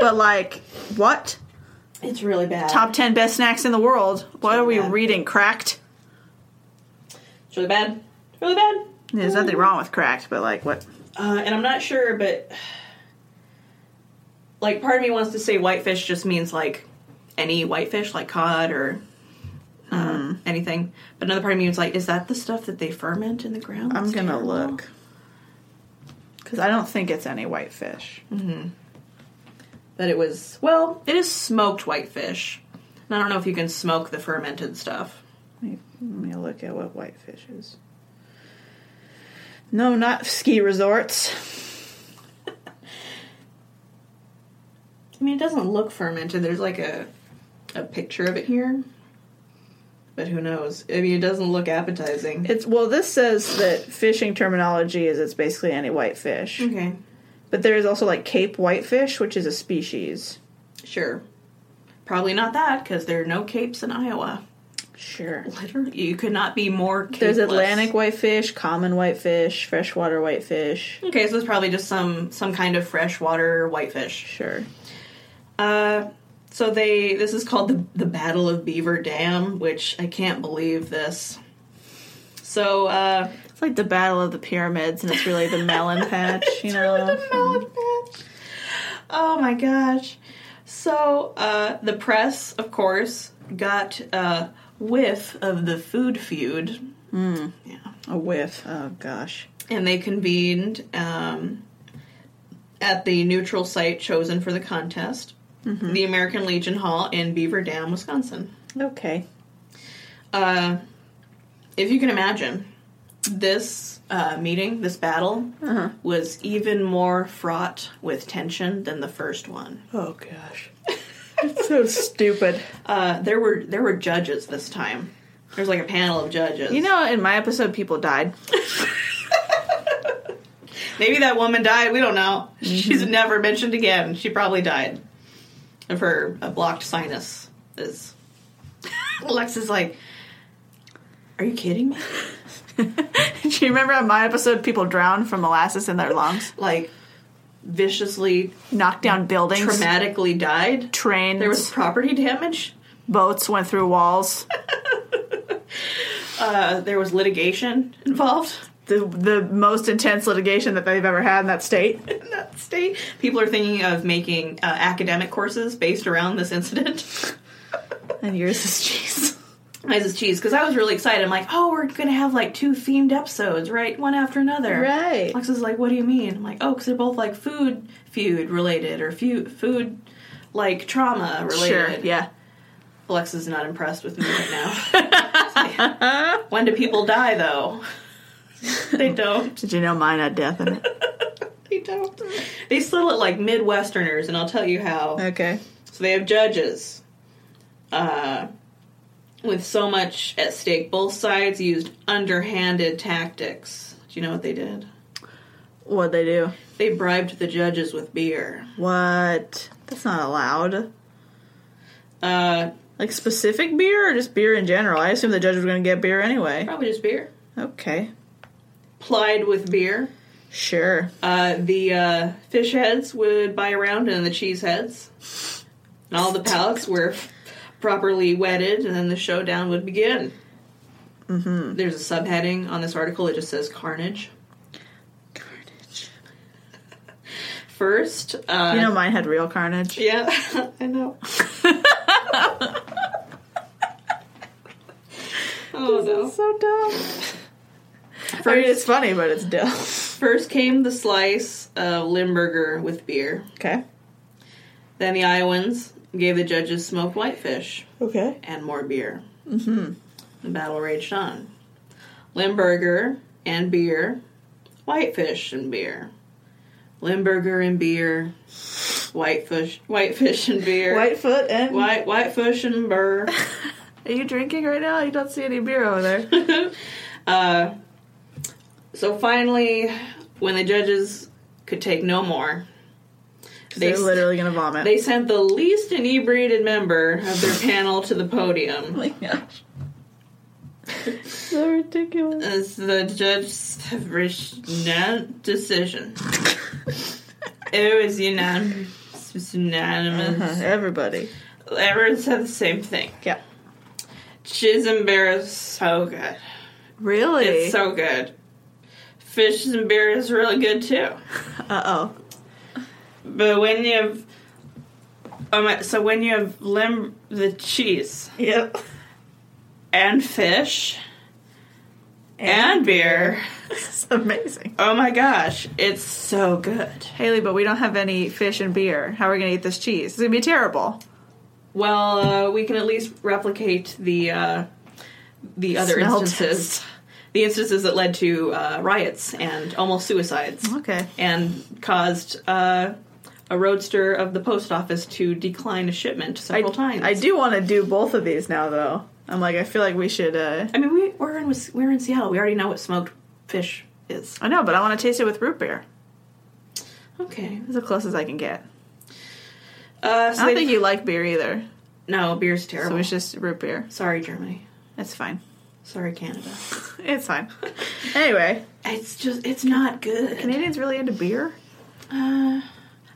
S2: But like, what?
S1: It's really bad.
S2: Top 10 best snacks in the world. What are we
S1: Yeah.
S2: reading? Cracked?
S1: It's really bad. It's really bad.
S2: There's nothing wrong with cracked, but like, what?
S1: Uh, and I'm not sure, but like part of me wants to say whitefish just means like any whitefish, like cod or uh, anything. But another part of me was like, is that the stuff that they ferment in the ground?
S2: I'm
S1: That's
S2: gonna
S1: terrible.
S2: look. Because I don't think it's any whitefish.
S1: That it was well, it is smoked whitefish. And I don't know if you can smoke the fermented stuff.
S2: Let me, let me look at what whitefish is. No, not ski resorts.
S1: I mean, it doesn't look fermented. There's like a a picture of it here. But who knows? I mean, it doesn't look appetizing.
S2: It's well, this says that fishing terminology is it's basically any whitefish,
S1: Okay,
S2: but there is also like Cape whitefish, which is a species.
S1: Sure. Probably not that because there are no capes in Iowa.
S2: Sure.
S1: Literally, you could not be more. Capeless.
S2: There's Atlantic whitefish, common whitefish, freshwater whitefish.
S1: Okay, so it's probably just some some kind of freshwater whitefish.
S2: Sure.
S1: Uh, so they this is called the the Battle of Beaver Dam, which I can't believe this. So uh,
S2: It's like the Battle of the Pyramids, and it's really the melon patch, you know.
S1: really the melon patch. Oh my gosh. So uh, the press, of course, got a whiff of the food feud. Hmm. Yeah.
S2: A whiff. Oh gosh.
S1: and they convened um, at the neutral site chosen for the contest, the American Legion Hall in Beaver Dam, Wisconsin.
S2: Okay.
S1: Uh, if you can imagine, this uh, meeting, this battle, was even more fraught with tension than the first one.
S2: Oh gosh. it's so stupid.
S1: Uh, there were there were judges this time. There's like a panel of judges.
S2: You know, in my episode, people died.
S1: Maybe that woman died. We don't know. She's never mentioned again. She probably died of her a blocked sinus. Is Lex is like, are you kidding me?
S2: Do you remember on my episode, people drowned from molasses in their lungs,
S1: Like, viciously,
S2: knocked down buildings,
S1: traumatically died.
S2: trains,
S1: There was property damage.
S2: boats went through walls.
S1: Uh, there was litigation involved
S2: the the most intense litigation that they've ever had in that state.
S1: in that state. People are thinking of making uh, academic courses based around this incident.
S2: And yours is cheese.
S1: Eyes is cheese because I was really excited. I'm like, oh, we're gonna have like two themed episodes, right, one after another.
S2: Right.
S1: Lex is like, what do you mean? I'm like, oh, because they're both like food feud related or food food like trauma related.
S2: Sure. Yeah.
S1: Lex is not impressed with me right now. It's like, when do people die though? they don't.
S2: Did you know mine had death in it?
S1: They don't. They still look like Midwesterners, and I'll tell you how.
S2: okay.
S1: So they have judges. Uh, with so much at stake, both sides used underhanded tactics. Do you know what they did?
S2: What they do?
S1: They bribed the judges with beer.
S2: What? That's not allowed.
S1: Uh,
S2: Like specific beer or just beer in general? I assume the judge was going to get beer anyway.
S1: probably just beer.
S2: Okay.
S1: Plied with beer.
S2: Sure.
S1: Uh, the uh, fish heads would buy around, and the cheese heads. And all the pallets were properly wetted, and then the showdown would begin. Mm-hmm. There's a subheading on this article. It just says carnage.
S2: Carnage.
S1: first. Uh,
S2: You know, mine had real carnage.
S1: yeah, I know. oh no.
S2: So dumb. I mean, it's funny, but it's dumb.
S1: First came the slice of Limburger with beer.
S2: Okay.
S1: Then the Iowans gave the judges smoked whitefish
S2: Okay.
S1: and more beer. Mm-hmm. The battle raged on. Limburger and beer, whitefish and beer. Limburger and beer, whitefish, whitefish and beer.
S2: Whitefoot and
S1: White whitefish and burr.
S2: Are you drinking right now? You don't see any beer over there.
S1: Uh, so finally, when the judges could take no more,
S2: They're
S1: s-
S2: literally gonna vomit.
S1: they sent the least inebriated member of their panel to the
S2: oh
S1: podium.
S2: my gosh. so ridiculous.
S1: As the judges have reached no decision. It was unanimous. It was unanimous.
S2: Everybody.
S1: Everyone said the same thing.
S2: Uh-huh. Yeah.
S1: Chisholm beer is so good.
S2: Really?
S1: It's so good. Fish and beer is really good too.
S2: uh oh.
S1: But when you have, um, so when you have lim the cheese
S2: Yep.
S1: and fish and, beer,
S2: It's amazing.
S1: oh my gosh, it's so good.
S2: Haley, but we don't have any fish and beer. How are we gonna eat this cheese? It's gonna be terrible.
S1: Well, uh, we can at least replicate the uh, the other
S2: Smell
S1: instances, the instances that led to uh, riots and almost suicides,
S2: Okay.
S1: and caused. Uh, a roadster of the post office to decline a shipment
S2: I,
S1: several times.
S2: I do want to do both of these now, though. I'm like, I feel like we should. uh
S1: I mean, we, we're in Wis- we're in Seattle. We already know what smoked fish is.
S2: I know, but I want to taste it with root beer.
S1: Okay.
S2: It's the closest I can get.
S1: Uh, so they-
S2: I don't think you like beer either,
S1: no, beer's
S2: so
S1: terrible.
S2: it's just root beer.
S1: Sorry, Germany.
S2: It's fine.
S1: Sorry, Canada.
S2: It's fine. Anyway,
S1: It's just it's not good.
S2: Canadians really into beer.
S1: uh,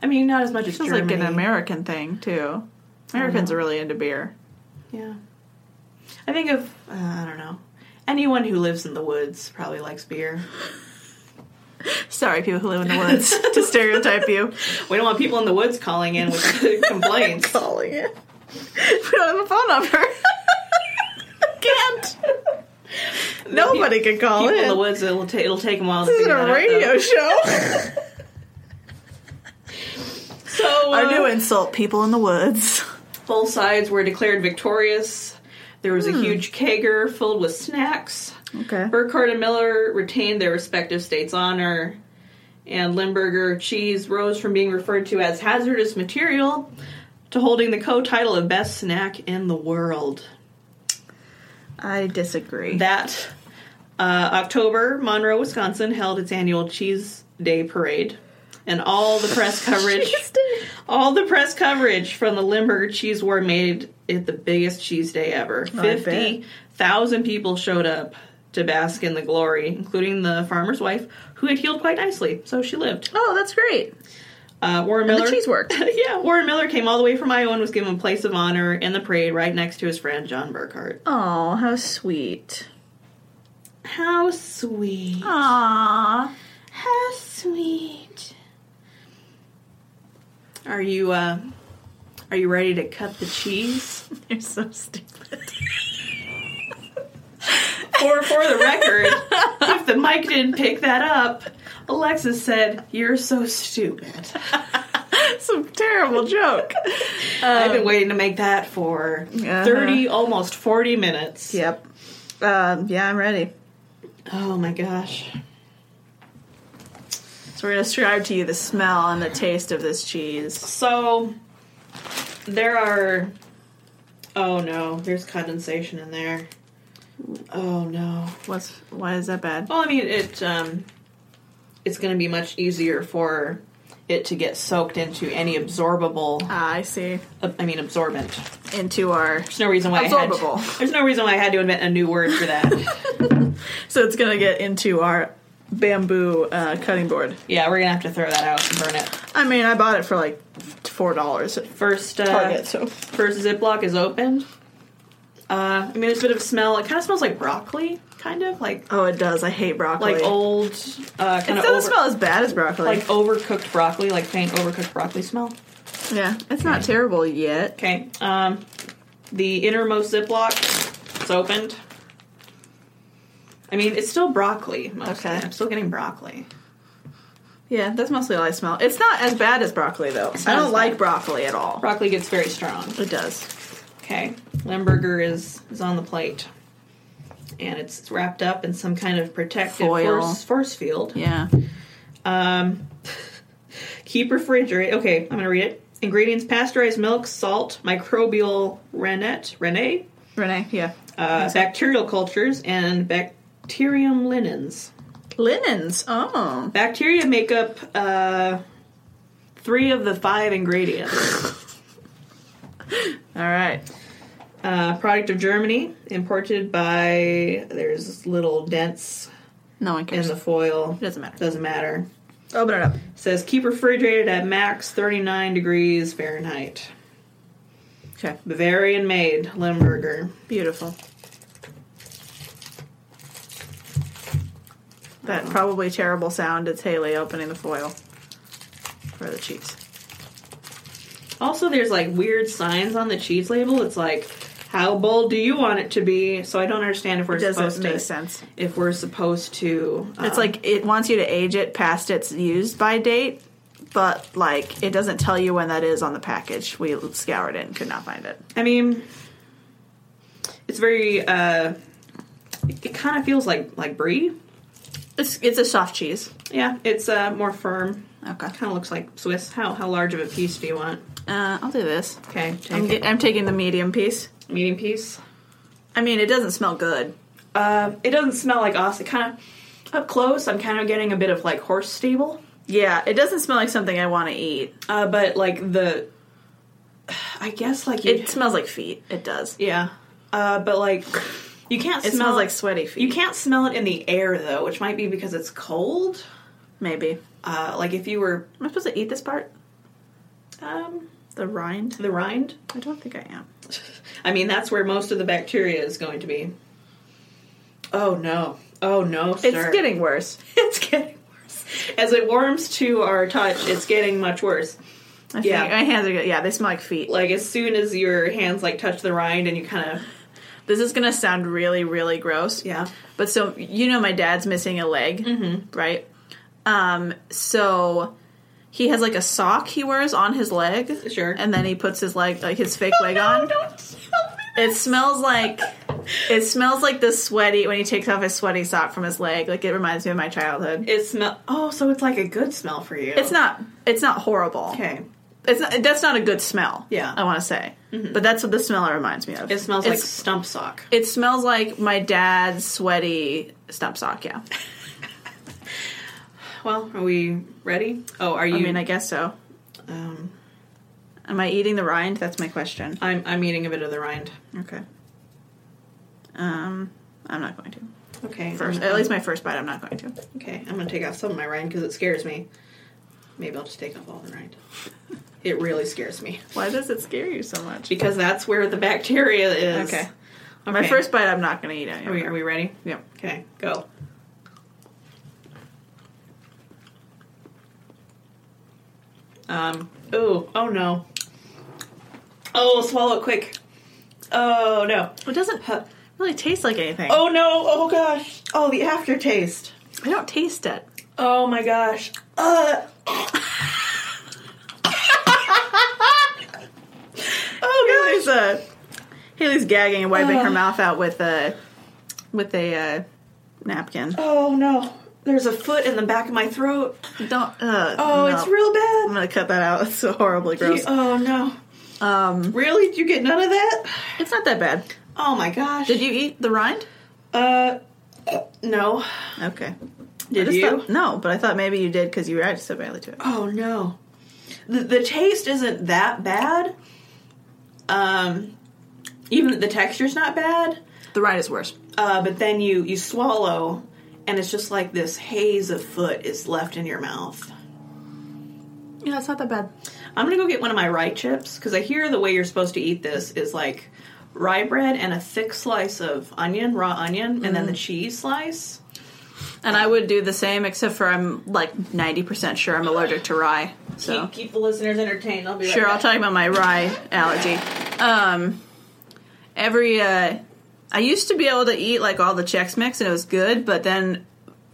S1: I mean, not as much as
S2: This is
S1: Germany.
S2: like an American thing too. Americans are really into beer.
S1: yeah. I think of uh, I don't know. Anyone who lives in the woods probably likes beer.
S2: Sorry, people who live in the woods, to stereotype you.
S1: We don't want people in the woods calling in with complaints.
S2: Calling it. We don't have a phone number. Can't. Nobody can call
S1: People
S2: in.
S1: in the woods, it'll, ta- it'll take them a while to
S2: This isn't
S1: figure that
S2: a
S1: out,
S2: radio
S1: though.
S2: show.
S1: So
S2: Our
S1: uh,
S2: new insult: people in the woods.
S1: Both sides were declared victorious. There was
S2: Hmm.
S1: a huge kegger filled with snacks.
S2: Okay.
S1: Burkhardt and Miller retained their respective state's honor, and Limburger cheese rose from being referred to as hazardous material to holding the co title of best snack in the world.
S2: I disagree.
S1: That uh, October, Monroe, Wisconsin held its annual Cheese Day parade, and all the press coverage. All the press coverage from the Limburger Cheese War made it the biggest cheese day ever.
S2: bet.
S1: 50,000 people showed up to bask in the glory, including the farmer's wife, who had healed quite nicely, so she lived.
S2: Oh, that's great.
S1: Uh, Warren Miller.
S2: The cheese worked.
S1: yeah, Warren Miller came all the way from Iowa and was given a place of honor in the parade right next to his friend John Burkhardt.
S2: Oh, how sweet.
S1: How sweet.
S2: Aww.
S1: How sweet. Are you, uh, are you ready to cut the cheese?
S2: You're so stupid.
S1: For for the record, if the mic didn't pick that up, Alexa said, "You're so stupid."
S2: Some terrible joke.
S1: I've been waiting to make that for
S2: Uh-huh.
S1: thirty, almost forty minutes.
S2: Yep. Um, yeah, I'm ready.
S1: Oh my gosh.
S2: So we're gonna describe to you the smell and the taste of this cheese.
S1: So there are. Oh no, there's condensation in there. Oh no.
S2: What's why is that bad?
S1: Well, I mean it. Um, it's going to be much easier for it to get soaked into any absorbable.
S2: Ah, I see.
S1: I mean absorbent.
S2: Into our
S1: There's no reason why I had
S2: Absorbable.
S1: to, There's no reason why I had to invent a new word for that.
S2: so it's gonna get into our bamboo uh, cutting board.
S1: yeah, we're gonna have to throw that out and burn it.
S2: I mean, I bought it for like four dollars at
S1: First, uh,
S2: Target. So
S1: first Ziploc is opened, Uh, I mean, there's a bit of smell. It kind of smells like broccoli, kind of like
S2: Oh, it does. I hate broccoli.
S1: like old, uh,
S2: It
S1: kind of
S2: doesn't smell as bad as broccoli.
S1: like overcooked broccoli, like faint overcooked broccoli smell.
S2: yeah, it's not terrible yet.
S1: Okay. Um, the innermost Ziploc is opened. I mean, it's still broccoli. Mostly.
S2: Okay.
S1: I'm still getting broccoli.
S2: Yeah, that's mostly all I smell. It's not as bad as broccoli though. I
S1: not
S2: don't
S1: as
S2: like
S1: bad.
S2: broccoli at all.
S1: Broccoli gets very strong.
S2: It does.
S1: Okay. Limburger is is on the plate, and it's wrapped up in some kind of protective
S2: Foil.
S1: force, force field.
S2: Yeah.
S1: Um, keep refrigerate. Okay, I'm gonna read it. Ingredients: pasteurized milk, salt, microbial rennet, rennet,
S2: Renee, yeah.
S1: uh, bacterial cultures, and bacterium linens.
S2: Linens. Oh.
S1: Bacteria make up uh, three of the five ingredients.
S2: All right.
S1: uh, product of Germany, imported by. There's this little dents
S2: No one
S1: in
S2: cares.
S1: the foil.
S2: it doesn't matter.
S1: Doesn't matter.
S2: Open it up.
S1: Says keep refrigerated at max 39 degrees Fahrenheit.
S2: Okay.
S1: Bavarian made Limburger.
S2: Beautiful. That probably terrible sound is Haley opening the foil for the cheese.
S1: Also, there's like weird signs on the cheese label. It's like, how bold do you want it to be? So I don't understand if we're
S2: It doesn't
S1: supposed
S2: make
S1: to
S2: sense.
S1: if we're supposed to. um,
S2: It's like it wants you to age it past its used by date, but like it doesn't tell you when that is on the package. We scoured it and could not find it.
S1: I mean, it's very. uh It, it kind of feels like like brie.
S2: It's it's a soft cheese.
S1: Yeah, it's uh more firm.
S2: Okay.
S1: Kind of looks like Swiss. How how large of a piece do you want?
S2: Uh, I'll do this.
S1: Okay, take
S2: I'm,
S1: it.
S2: get, I'm taking the medium piece.
S1: medium piece.
S2: I mean, it doesn't smell good.
S1: Uh, it doesn't smell like us. It kind of up close. I'm kind of getting a bit of like horse stable.
S2: Yeah, it doesn't smell like something I want to eat.
S1: Uh, but like the, I guess like you,
S2: It smells like feet. It does.
S1: yeah. Uh, but like you can't.
S2: It
S1: smell,
S2: smells like sweaty feet.
S1: you can't smell it in the air though, which might be because it's cold.
S2: Maybe.
S1: Uh, like if you were
S2: Am I supposed to eat this part?
S1: um,
S2: The rind?
S1: the rind.
S2: I don't think I am.
S1: I mean, that's where most of the bacteria is going to be. Oh no! Oh no! Sir.
S2: It's getting worse.
S1: it's getting worse. As it warms to our touch, it's getting much worse.
S2: I
S1: Yeah.
S2: think my hands are good. Yeah, they smell like feet.
S1: Like as soon as your hands like touch the rind, and you kind of
S2: This is gonna sound really, really gross.
S1: yeah.
S2: But so you know, my dad's missing a leg,
S1: Mm-hmm.
S2: right? Um, so he has like a sock he wears on his leg,
S1: Sure.
S2: and then he puts his leg, like his fake leg,
S1: No,
S2: on.
S1: don't tell me
S2: It smells like it smells like the sweaty when he takes off his sweaty sock from his leg. Like it reminds me of my childhood.
S1: It smell. Oh, so it's like a good smell for you.
S2: It's not. It's not horrible.
S1: okay.
S2: It's not, that's not a good smell.
S1: Yeah. Mm-hmm.
S2: I want to say, but that's what the smell reminds me of.
S1: It smells like
S2: It's-
S1: stump sock.
S2: It smells like my dad's sweaty stump sock. Yeah.
S1: Well, are we ready? Oh, are you?
S2: I mean, I guess so.
S1: um,
S2: Am I eating the rind? That's my question.
S1: I'm I'm eating a bit of the rind.
S2: Okay. Um, I'm not going to.
S1: Okay.
S2: First,
S1: I'm-
S2: at least my first bite, I'm not going to.
S1: Okay, I'm gonna take off some of my rind because it scares me. Maybe I'll just take off all the rind. It really scares me
S2: Why does it scare you so much?
S1: because that's where the bacteria is.
S2: Okay. My
S1: Okay.
S2: first bite, I'm not going to eat any.
S1: Are we, are we ready?
S2: Yeah.
S1: Okay, go. Um. Ooh. Oh no. Oh, swallow it quick. Oh no.
S2: It doesn't really taste like anything.
S1: Oh no. Oh gosh. Oh, the aftertaste.
S2: I don't taste it.
S1: Oh my gosh. Uh. oh
S2: Haley's, uh, Haley's gagging and wiping her
S1: Ugh.
S2: mouth out with a with a uh, napkin.
S1: Oh no. There's a foot in the back of my throat.
S2: Don't. Uh,
S1: Oh,
S2: no.
S1: it's real
S2: I'm
S1: bad.
S2: gonna cut that out. It's so horribly gross.
S1: Oh no.
S2: Um,
S1: Really? Did you get none of that?
S2: it's not that bad.
S1: Oh my gosh.
S2: Did you eat the rind?
S1: Uh, no.
S2: Okay. I
S1: Did
S2: just
S1: you?
S2: thought- no, but I thought maybe you did because you reacted so badly to it.
S1: Oh no. The, the taste isn't that bad. Um, even the texture's not bad.
S2: The rind is worse.
S1: Uh, but then you you swallow, and it's just like this haze of foot is left in your mouth.
S2: Yeah, it's not that bad.
S1: I'm gonna go get one of my rye chips because I hear the way you're supposed to eat this is like rye bread and a thick slice of onion, raw onion, and then
S2: Mm-hmm.
S1: the cheese slice.
S2: And I would do the same, except for I'm like 90% sure I'm allergic to rye. So,
S1: Keep, keep the listeners entertained. I'll be right
S2: sure, I'll
S1: back.
S2: talk about my rye allergy. Um, every, uh, I used to be able to eat like all the Chex Mix and it was good, but then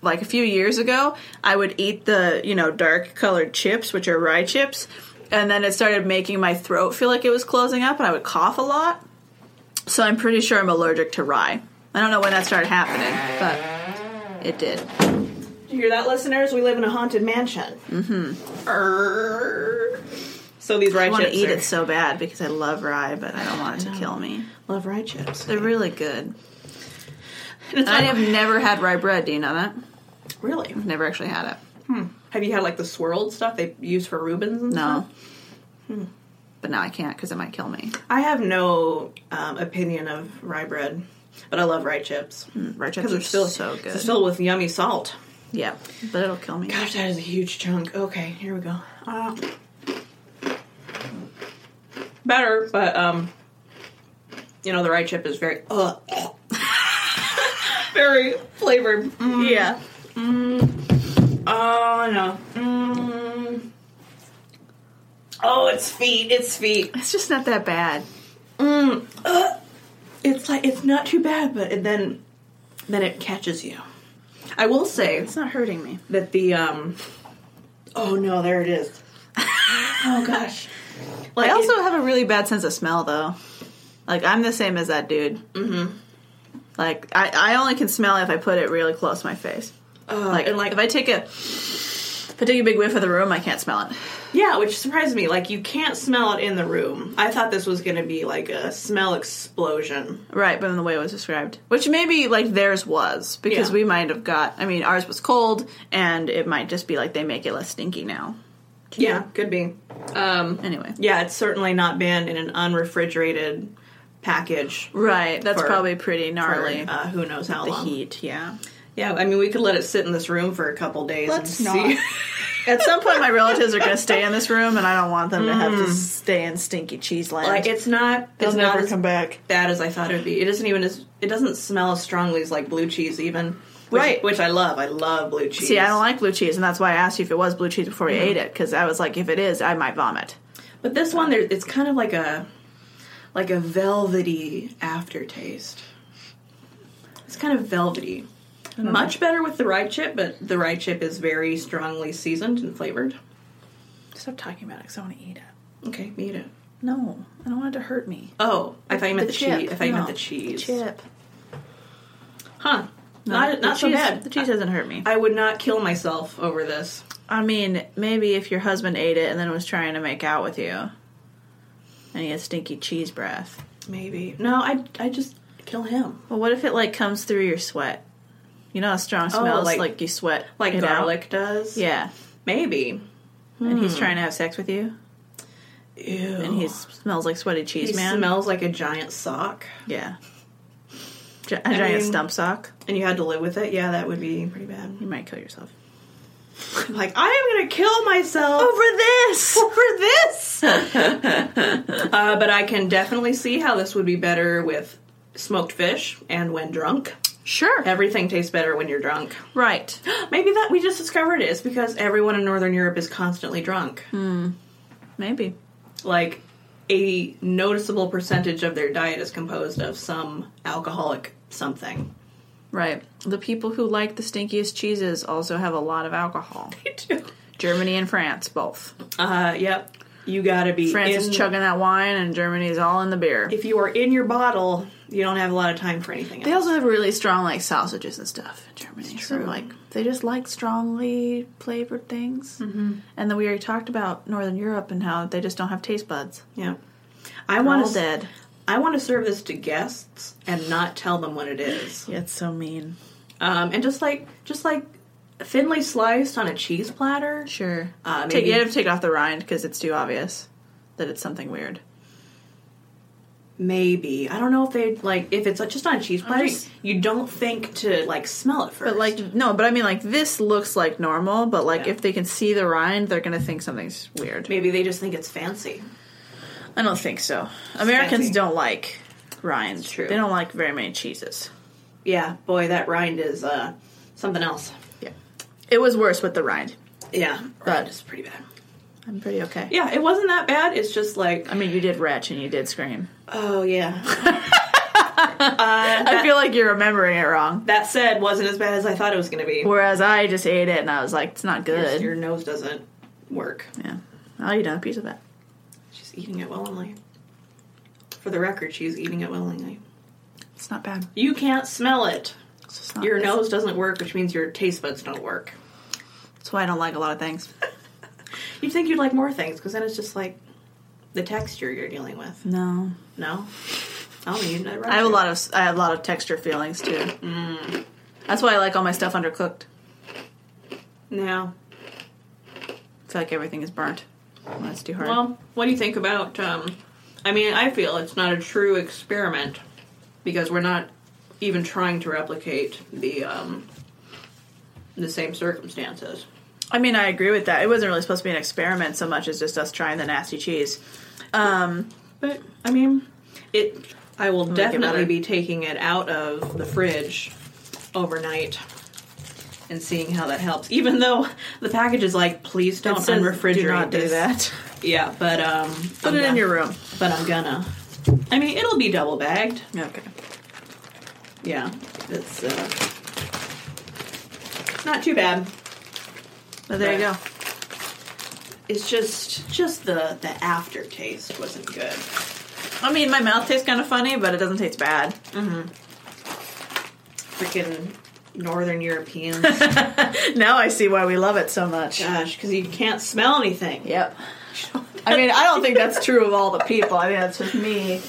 S2: like a few years ago, I would eat the, you know, dark colored chips, which are rye chips, and then it started making my throat feel like it was closing up and I would cough a lot. So I'm pretty sure I'm allergic to rye. I don't know when that started happening, but it did.
S1: You hear that, listeners? We live in a haunted mansion. Mm-hmm. So these rye
S2: I want to
S1: chips
S2: eat
S1: are-
S2: it so bad because I love rye, but I don't want it to kill me.
S1: Love rye chips.
S2: They're really good.
S1: And it's
S2: I
S1: not-
S2: have never had rye bread. Do you know that?
S1: really.
S2: Never actually had it.
S1: Have you had like the swirled stuff they use for Rubens and
S2: No. Hmm.
S1: stuff?
S2: But now I can't because it might kill me.
S1: I have no um, opinion of rye bread, but I love rye chips.
S2: Rye chips
S1: Because
S2: are
S1: it's still
S2: Mm. so good.
S1: It's filled with yummy salt.
S2: yeah, but it'll kill me.
S1: Gosh, that is a huge chunk. Okay, here we go. Uh, better, but um, you know the rye chip is very uh, very flavored. Mm,
S2: Yeah.
S1: oh no. Mm. Oh, it's feet. It's feet.
S2: It's just not that bad.
S1: Mm. Uh, it's like it's not too bad, but and then then it catches you. I will say
S2: It's not hurting me.
S1: that the um oh no there it is oh gosh
S2: I
S1: like
S2: also
S1: it-
S2: have a really bad sense of smell, though. Like, I'm the same as that dude. Mm hmm.
S1: Mm-hmm.
S2: Like, I, I only can smell if I put it really close to my face.
S1: uh,
S2: Like,
S1: and like
S2: if I take a. If I take a big whiff of the room, I can't smell it.
S1: yeah which surprised me like you can't smell it in the room i thought this was gonna be like a smell explosion
S2: Right, but in the way it was described, which maybe like theirs was because
S1: Yeah.
S2: we might have got. I mean, ours was cold, and it might just be like they make it less stinky now.
S1: yeah could be um
S2: Anyway,
S1: yeah it's certainly not been in an unrefrigerated package
S2: right, that's
S1: For-
S2: probably pretty
S1: for
S2: gnarly.
S1: uh, who knows how
S2: the
S1: long
S2: heat, yeah.
S1: yeah i mean we could let it sit in this room for a couple days
S2: Let's
S1: and
S2: not.
S1: see
S2: At some point, my relatives are going to stay in this room, and I don't want them to have to stay in stinky cheese land.
S1: Mm. like it's not
S2: They'll
S1: it's
S2: never
S1: not as
S2: come back.
S1: bad as I thought it would be. It isn't even as it doesn't smell as strongly as like blue cheese even. Which,
S2: Right.
S1: Which I love. I love blue cheese.
S2: See, I don't like blue cheese, and that's why I asked you if it was blue cheese before we
S1: Mm-hmm.
S2: ate it because I was like, if it is, I might vomit.
S1: But this one there it's kind of like a like a velvety aftertaste. It's kind of velvety. Much better with the rye chip, but the rye chip is very strongly seasoned and flavored.
S2: Stop talking about it, because I want to eat it.
S1: Okay, me too.
S2: No, I don't want it to hurt me.
S1: Oh, I thought you meant the, cheese. I thought you meant
S2: No,
S1: the cheese.
S2: Chip.
S1: Huh.
S2: No,
S1: not
S2: the
S1: not so
S2: cheese-
S1: bad.
S2: The cheese doesn't hurt me.
S1: I would not kill myself over this.
S2: I mean, maybe if your husband ate it and then was trying to make out with you, and he had stinky cheese breath.
S1: Maybe. No, I I just kill him.
S2: Well, what if it like comes through your sweat? You know how strong smells Oh, like,
S1: like-
S2: you sweat
S1: like
S2: it out?
S1: garlic does.
S2: Yeah,
S1: maybe.
S2: and he's trying to have sex with you,
S1: Ew.
S2: and he Oh. smells like sweaty cheese
S1: he
S2: man.
S1: smells like a giant sock,
S2: yeah, Gi- a giant
S1: mean-
S2: stump sock.
S1: and you had to live with it. Yeah, that would be pretty bad.
S2: You might kill yourself
S1: like I am gonna kill myself
S2: Oh, this.
S1: over this. uh, but I can definitely see how this would be better with smoked fish and when drunk.
S2: Sure.
S1: Everything tastes better when you're drunk.
S2: Right.
S1: Maybe that we just discovered it is because everyone in Northern Europe is constantly drunk.
S2: Maybe.
S1: Like a noticeable percentage of their diet is composed of some alcoholic something.
S2: Right. The people who like the stinkiest cheeses also have a lot of alcohol. Germany and France both.
S1: Uh, yep. You gotta be
S2: France is
S1: in-
S2: chugging that wine, and Germany is all in the beer.
S1: If you are in your bottle, you don't have a lot of time for anything
S2: They
S1: else.
S2: also have really strong like sausages and stuff in Germany. So
S1: true.
S2: like they just like strongly flavored things. Mm-hmm. And then we already talked about Northern Europe and how they just don't have taste buds.
S1: Yeah. I
S2: They're
S1: want
S2: all
S1: to.
S2: dead.
S1: I want to serve this to guests and not tell them what it is.
S2: Yeah, it's so mean.
S1: Um, and just like just like thinly sliced on a cheese platter.
S2: Sure.
S1: Uh,
S2: Take,
S1: maybe-
S2: you have to take off the rind because it's too obvious that it's something weird.
S1: Maybe I don't know if they like if it's just on a cheese platter.
S2: just-
S1: you don't think to like smell it first.
S2: But like no, but I mean like this looks like normal, but like
S1: Yeah.
S2: if they can see the rind, they're gonna think something's weird.
S1: maybe they just think it's fancy.
S2: I don't think so. Americans
S1: fancy.
S2: don't like rind.
S1: true.
S2: They don't like very many cheeses.
S1: Yeah, boy, that rind is uh, something else.
S2: Yeah. It was worse with the rind.
S1: Yeah,
S2: But-
S1: rind is pretty bad.
S2: I'm pretty okay.
S1: Yeah, it wasn't that bad. It's just like,
S2: I mean, you did retch and you did scream.
S1: oh yeah.
S2: I feel like you're remembering it wrong.
S1: That said, wasn't as bad as I thought it was going to be.
S2: Whereas I just ate it and I was like, it's not good.
S1: Your nose doesn't work.
S2: yeah. I'll eat a piece of that.
S1: She's eating it willingly. For the record, she's eating it willingly.
S2: It's not bad.
S1: You can't smell it.
S2: It's just not
S1: Your
S2: it's-
S1: nose doesn't work, which means your taste buds don't work.
S2: That's why I don't like a lot of things.
S1: You'd think you'd like more things, because then it's just like the texture you're dealing with.
S2: No.
S1: No? I don't eat it.
S2: I have a lot of I have a lot of texture feelings too. Mm. That's why I like all my stuff undercooked.
S1: No.
S2: I feel like everything is burnt. That's too hard.
S1: Well, what do you think about? Um, I mean, I feel it's not a true experiment because we're not even trying to replicate the um, the same circumstances.
S2: I mean, I agree with that. It wasn't really supposed to be an experiment so much as just us trying the nasty cheese. Um,
S1: But I mean, it. I will
S2: it
S1: definitely
S2: better.
S1: be taking it out of the fridge overnight and seeing how that helps. Even though the package is like, please don't
S2: it says
S1: unrefrigerate
S2: Do not do
S1: this."
S2: that.
S1: Yeah, but um,
S2: Put
S1: I'm
S2: it in
S1: gonna-
S2: your room.
S1: But I'm gonna. I mean, it'll be double bagged.
S2: Okay.
S1: Yeah, it's uh, not too bad.
S2: Well, there you go.
S1: It's just just the the aftertaste wasn't good.
S2: I mean, my mouth tastes kind of funny, but it doesn't taste bad.
S1: Freaking Northern Europeans,
S2: now I see why we love it so much.
S1: gosh, because you can't smell anything.
S2: Yep. I mean, I don't think that's true of all the people. I mean, that's just me.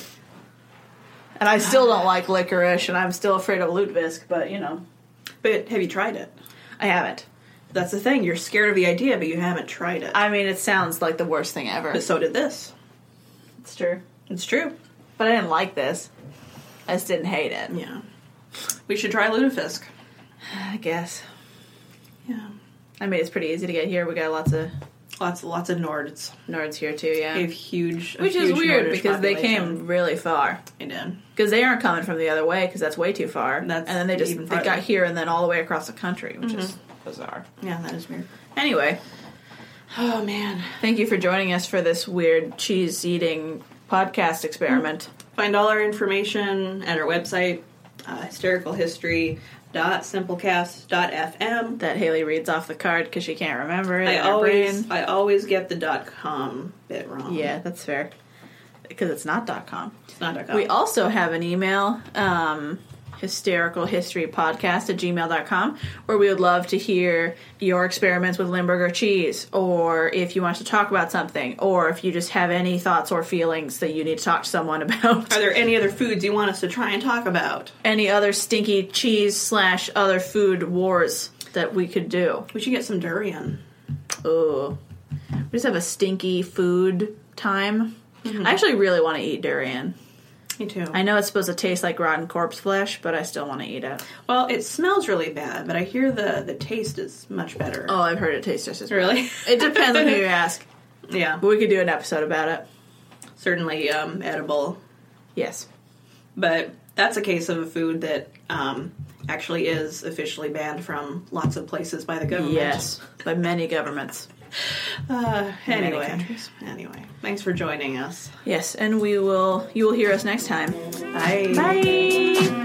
S2: And I still don't like licorice, and I'm still afraid of Ludwig, but you know.
S1: But have you tried it?
S2: I haven't.
S1: That's the thing. You're scared of the idea, but you haven't tried it.
S2: I mean, it sounds like the worst thing ever.
S1: but so did this.
S2: It's true.
S1: It's true.
S2: But I didn't like this. I just didn't hate it.
S1: Yeah. We should try lutefisk.
S2: I guess.
S1: Yeah.
S2: I mean, it's pretty easy to get here. We got lots of
S1: Lots lots of Nords.
S2: Nords here too, yeah.
S1: They have huge, a
S2: Which is
S1: huge
S2: weird
S1: Nordish
S2: because they
S1: population.
S2: came really far.
S1: They did.
S2: Because they aren't coming from the other way because that's Mm-hmm. way too far.
S1: That's
S2: and then they just
S1: even
S2: they got
S1: farther.
S2: here and then all the way across the country, which is bizarre.
S1: Yeah, that is weird.
S2: Anyway,
S1: Oh man.
S2: thank you for joining us for this weird cheese eating podcast experiment.
S1: Find all our information at our website, uh, hystericalhistory.simplecast.fm.
S2: That Haley reads off the card because she can't remember it.
S1: I
S2: in her
S1: always,
S2: brain.
S1: I always get the dot .com bit wrong.
S2: yeah, that's fair because it's not dot com.
S1: It's not dot .com.
S2: We also have an email, um, hystericalhistorypodcast at gmail.com, where we would love to hear your experiments with Limburger cheese, or if you want us to talk about something, or if you just have any thoughts or feelings that you need to talk to someone about.
S1: Are there any other foods you want us to try and talk about?
S2: any other stinky cheese slash other food wars that we could do.
S1: We should get some durian.
S2: Ooh. We just have a stinky food time. I actually really want to eat durian.
S1: Me too.
S2: I know it's supposed to taste like rotten corpse flesh, but I still want to eat it.
S1: well, it smells really bad, but I hear the the taste is much better.
S2: Oh, I've heard it tastes just as bad.
S1: Really?
S2: It depends on who you ask.
S1: yeah,
S2: But we could do an episode about it.
S1: certainly um, edible.
S2: Yes.
S1: But that's a case of a food that um, actually is officially banned from lots of places by the government.
S2: Yes. By many governments.
S1: Uh,
S2: many
S1: anyway,
S2: countries.
S1: anyway, thanks for joining us.
S2: Yes, and we will you will hear us next time.
S1: Bye.
S2: Bye.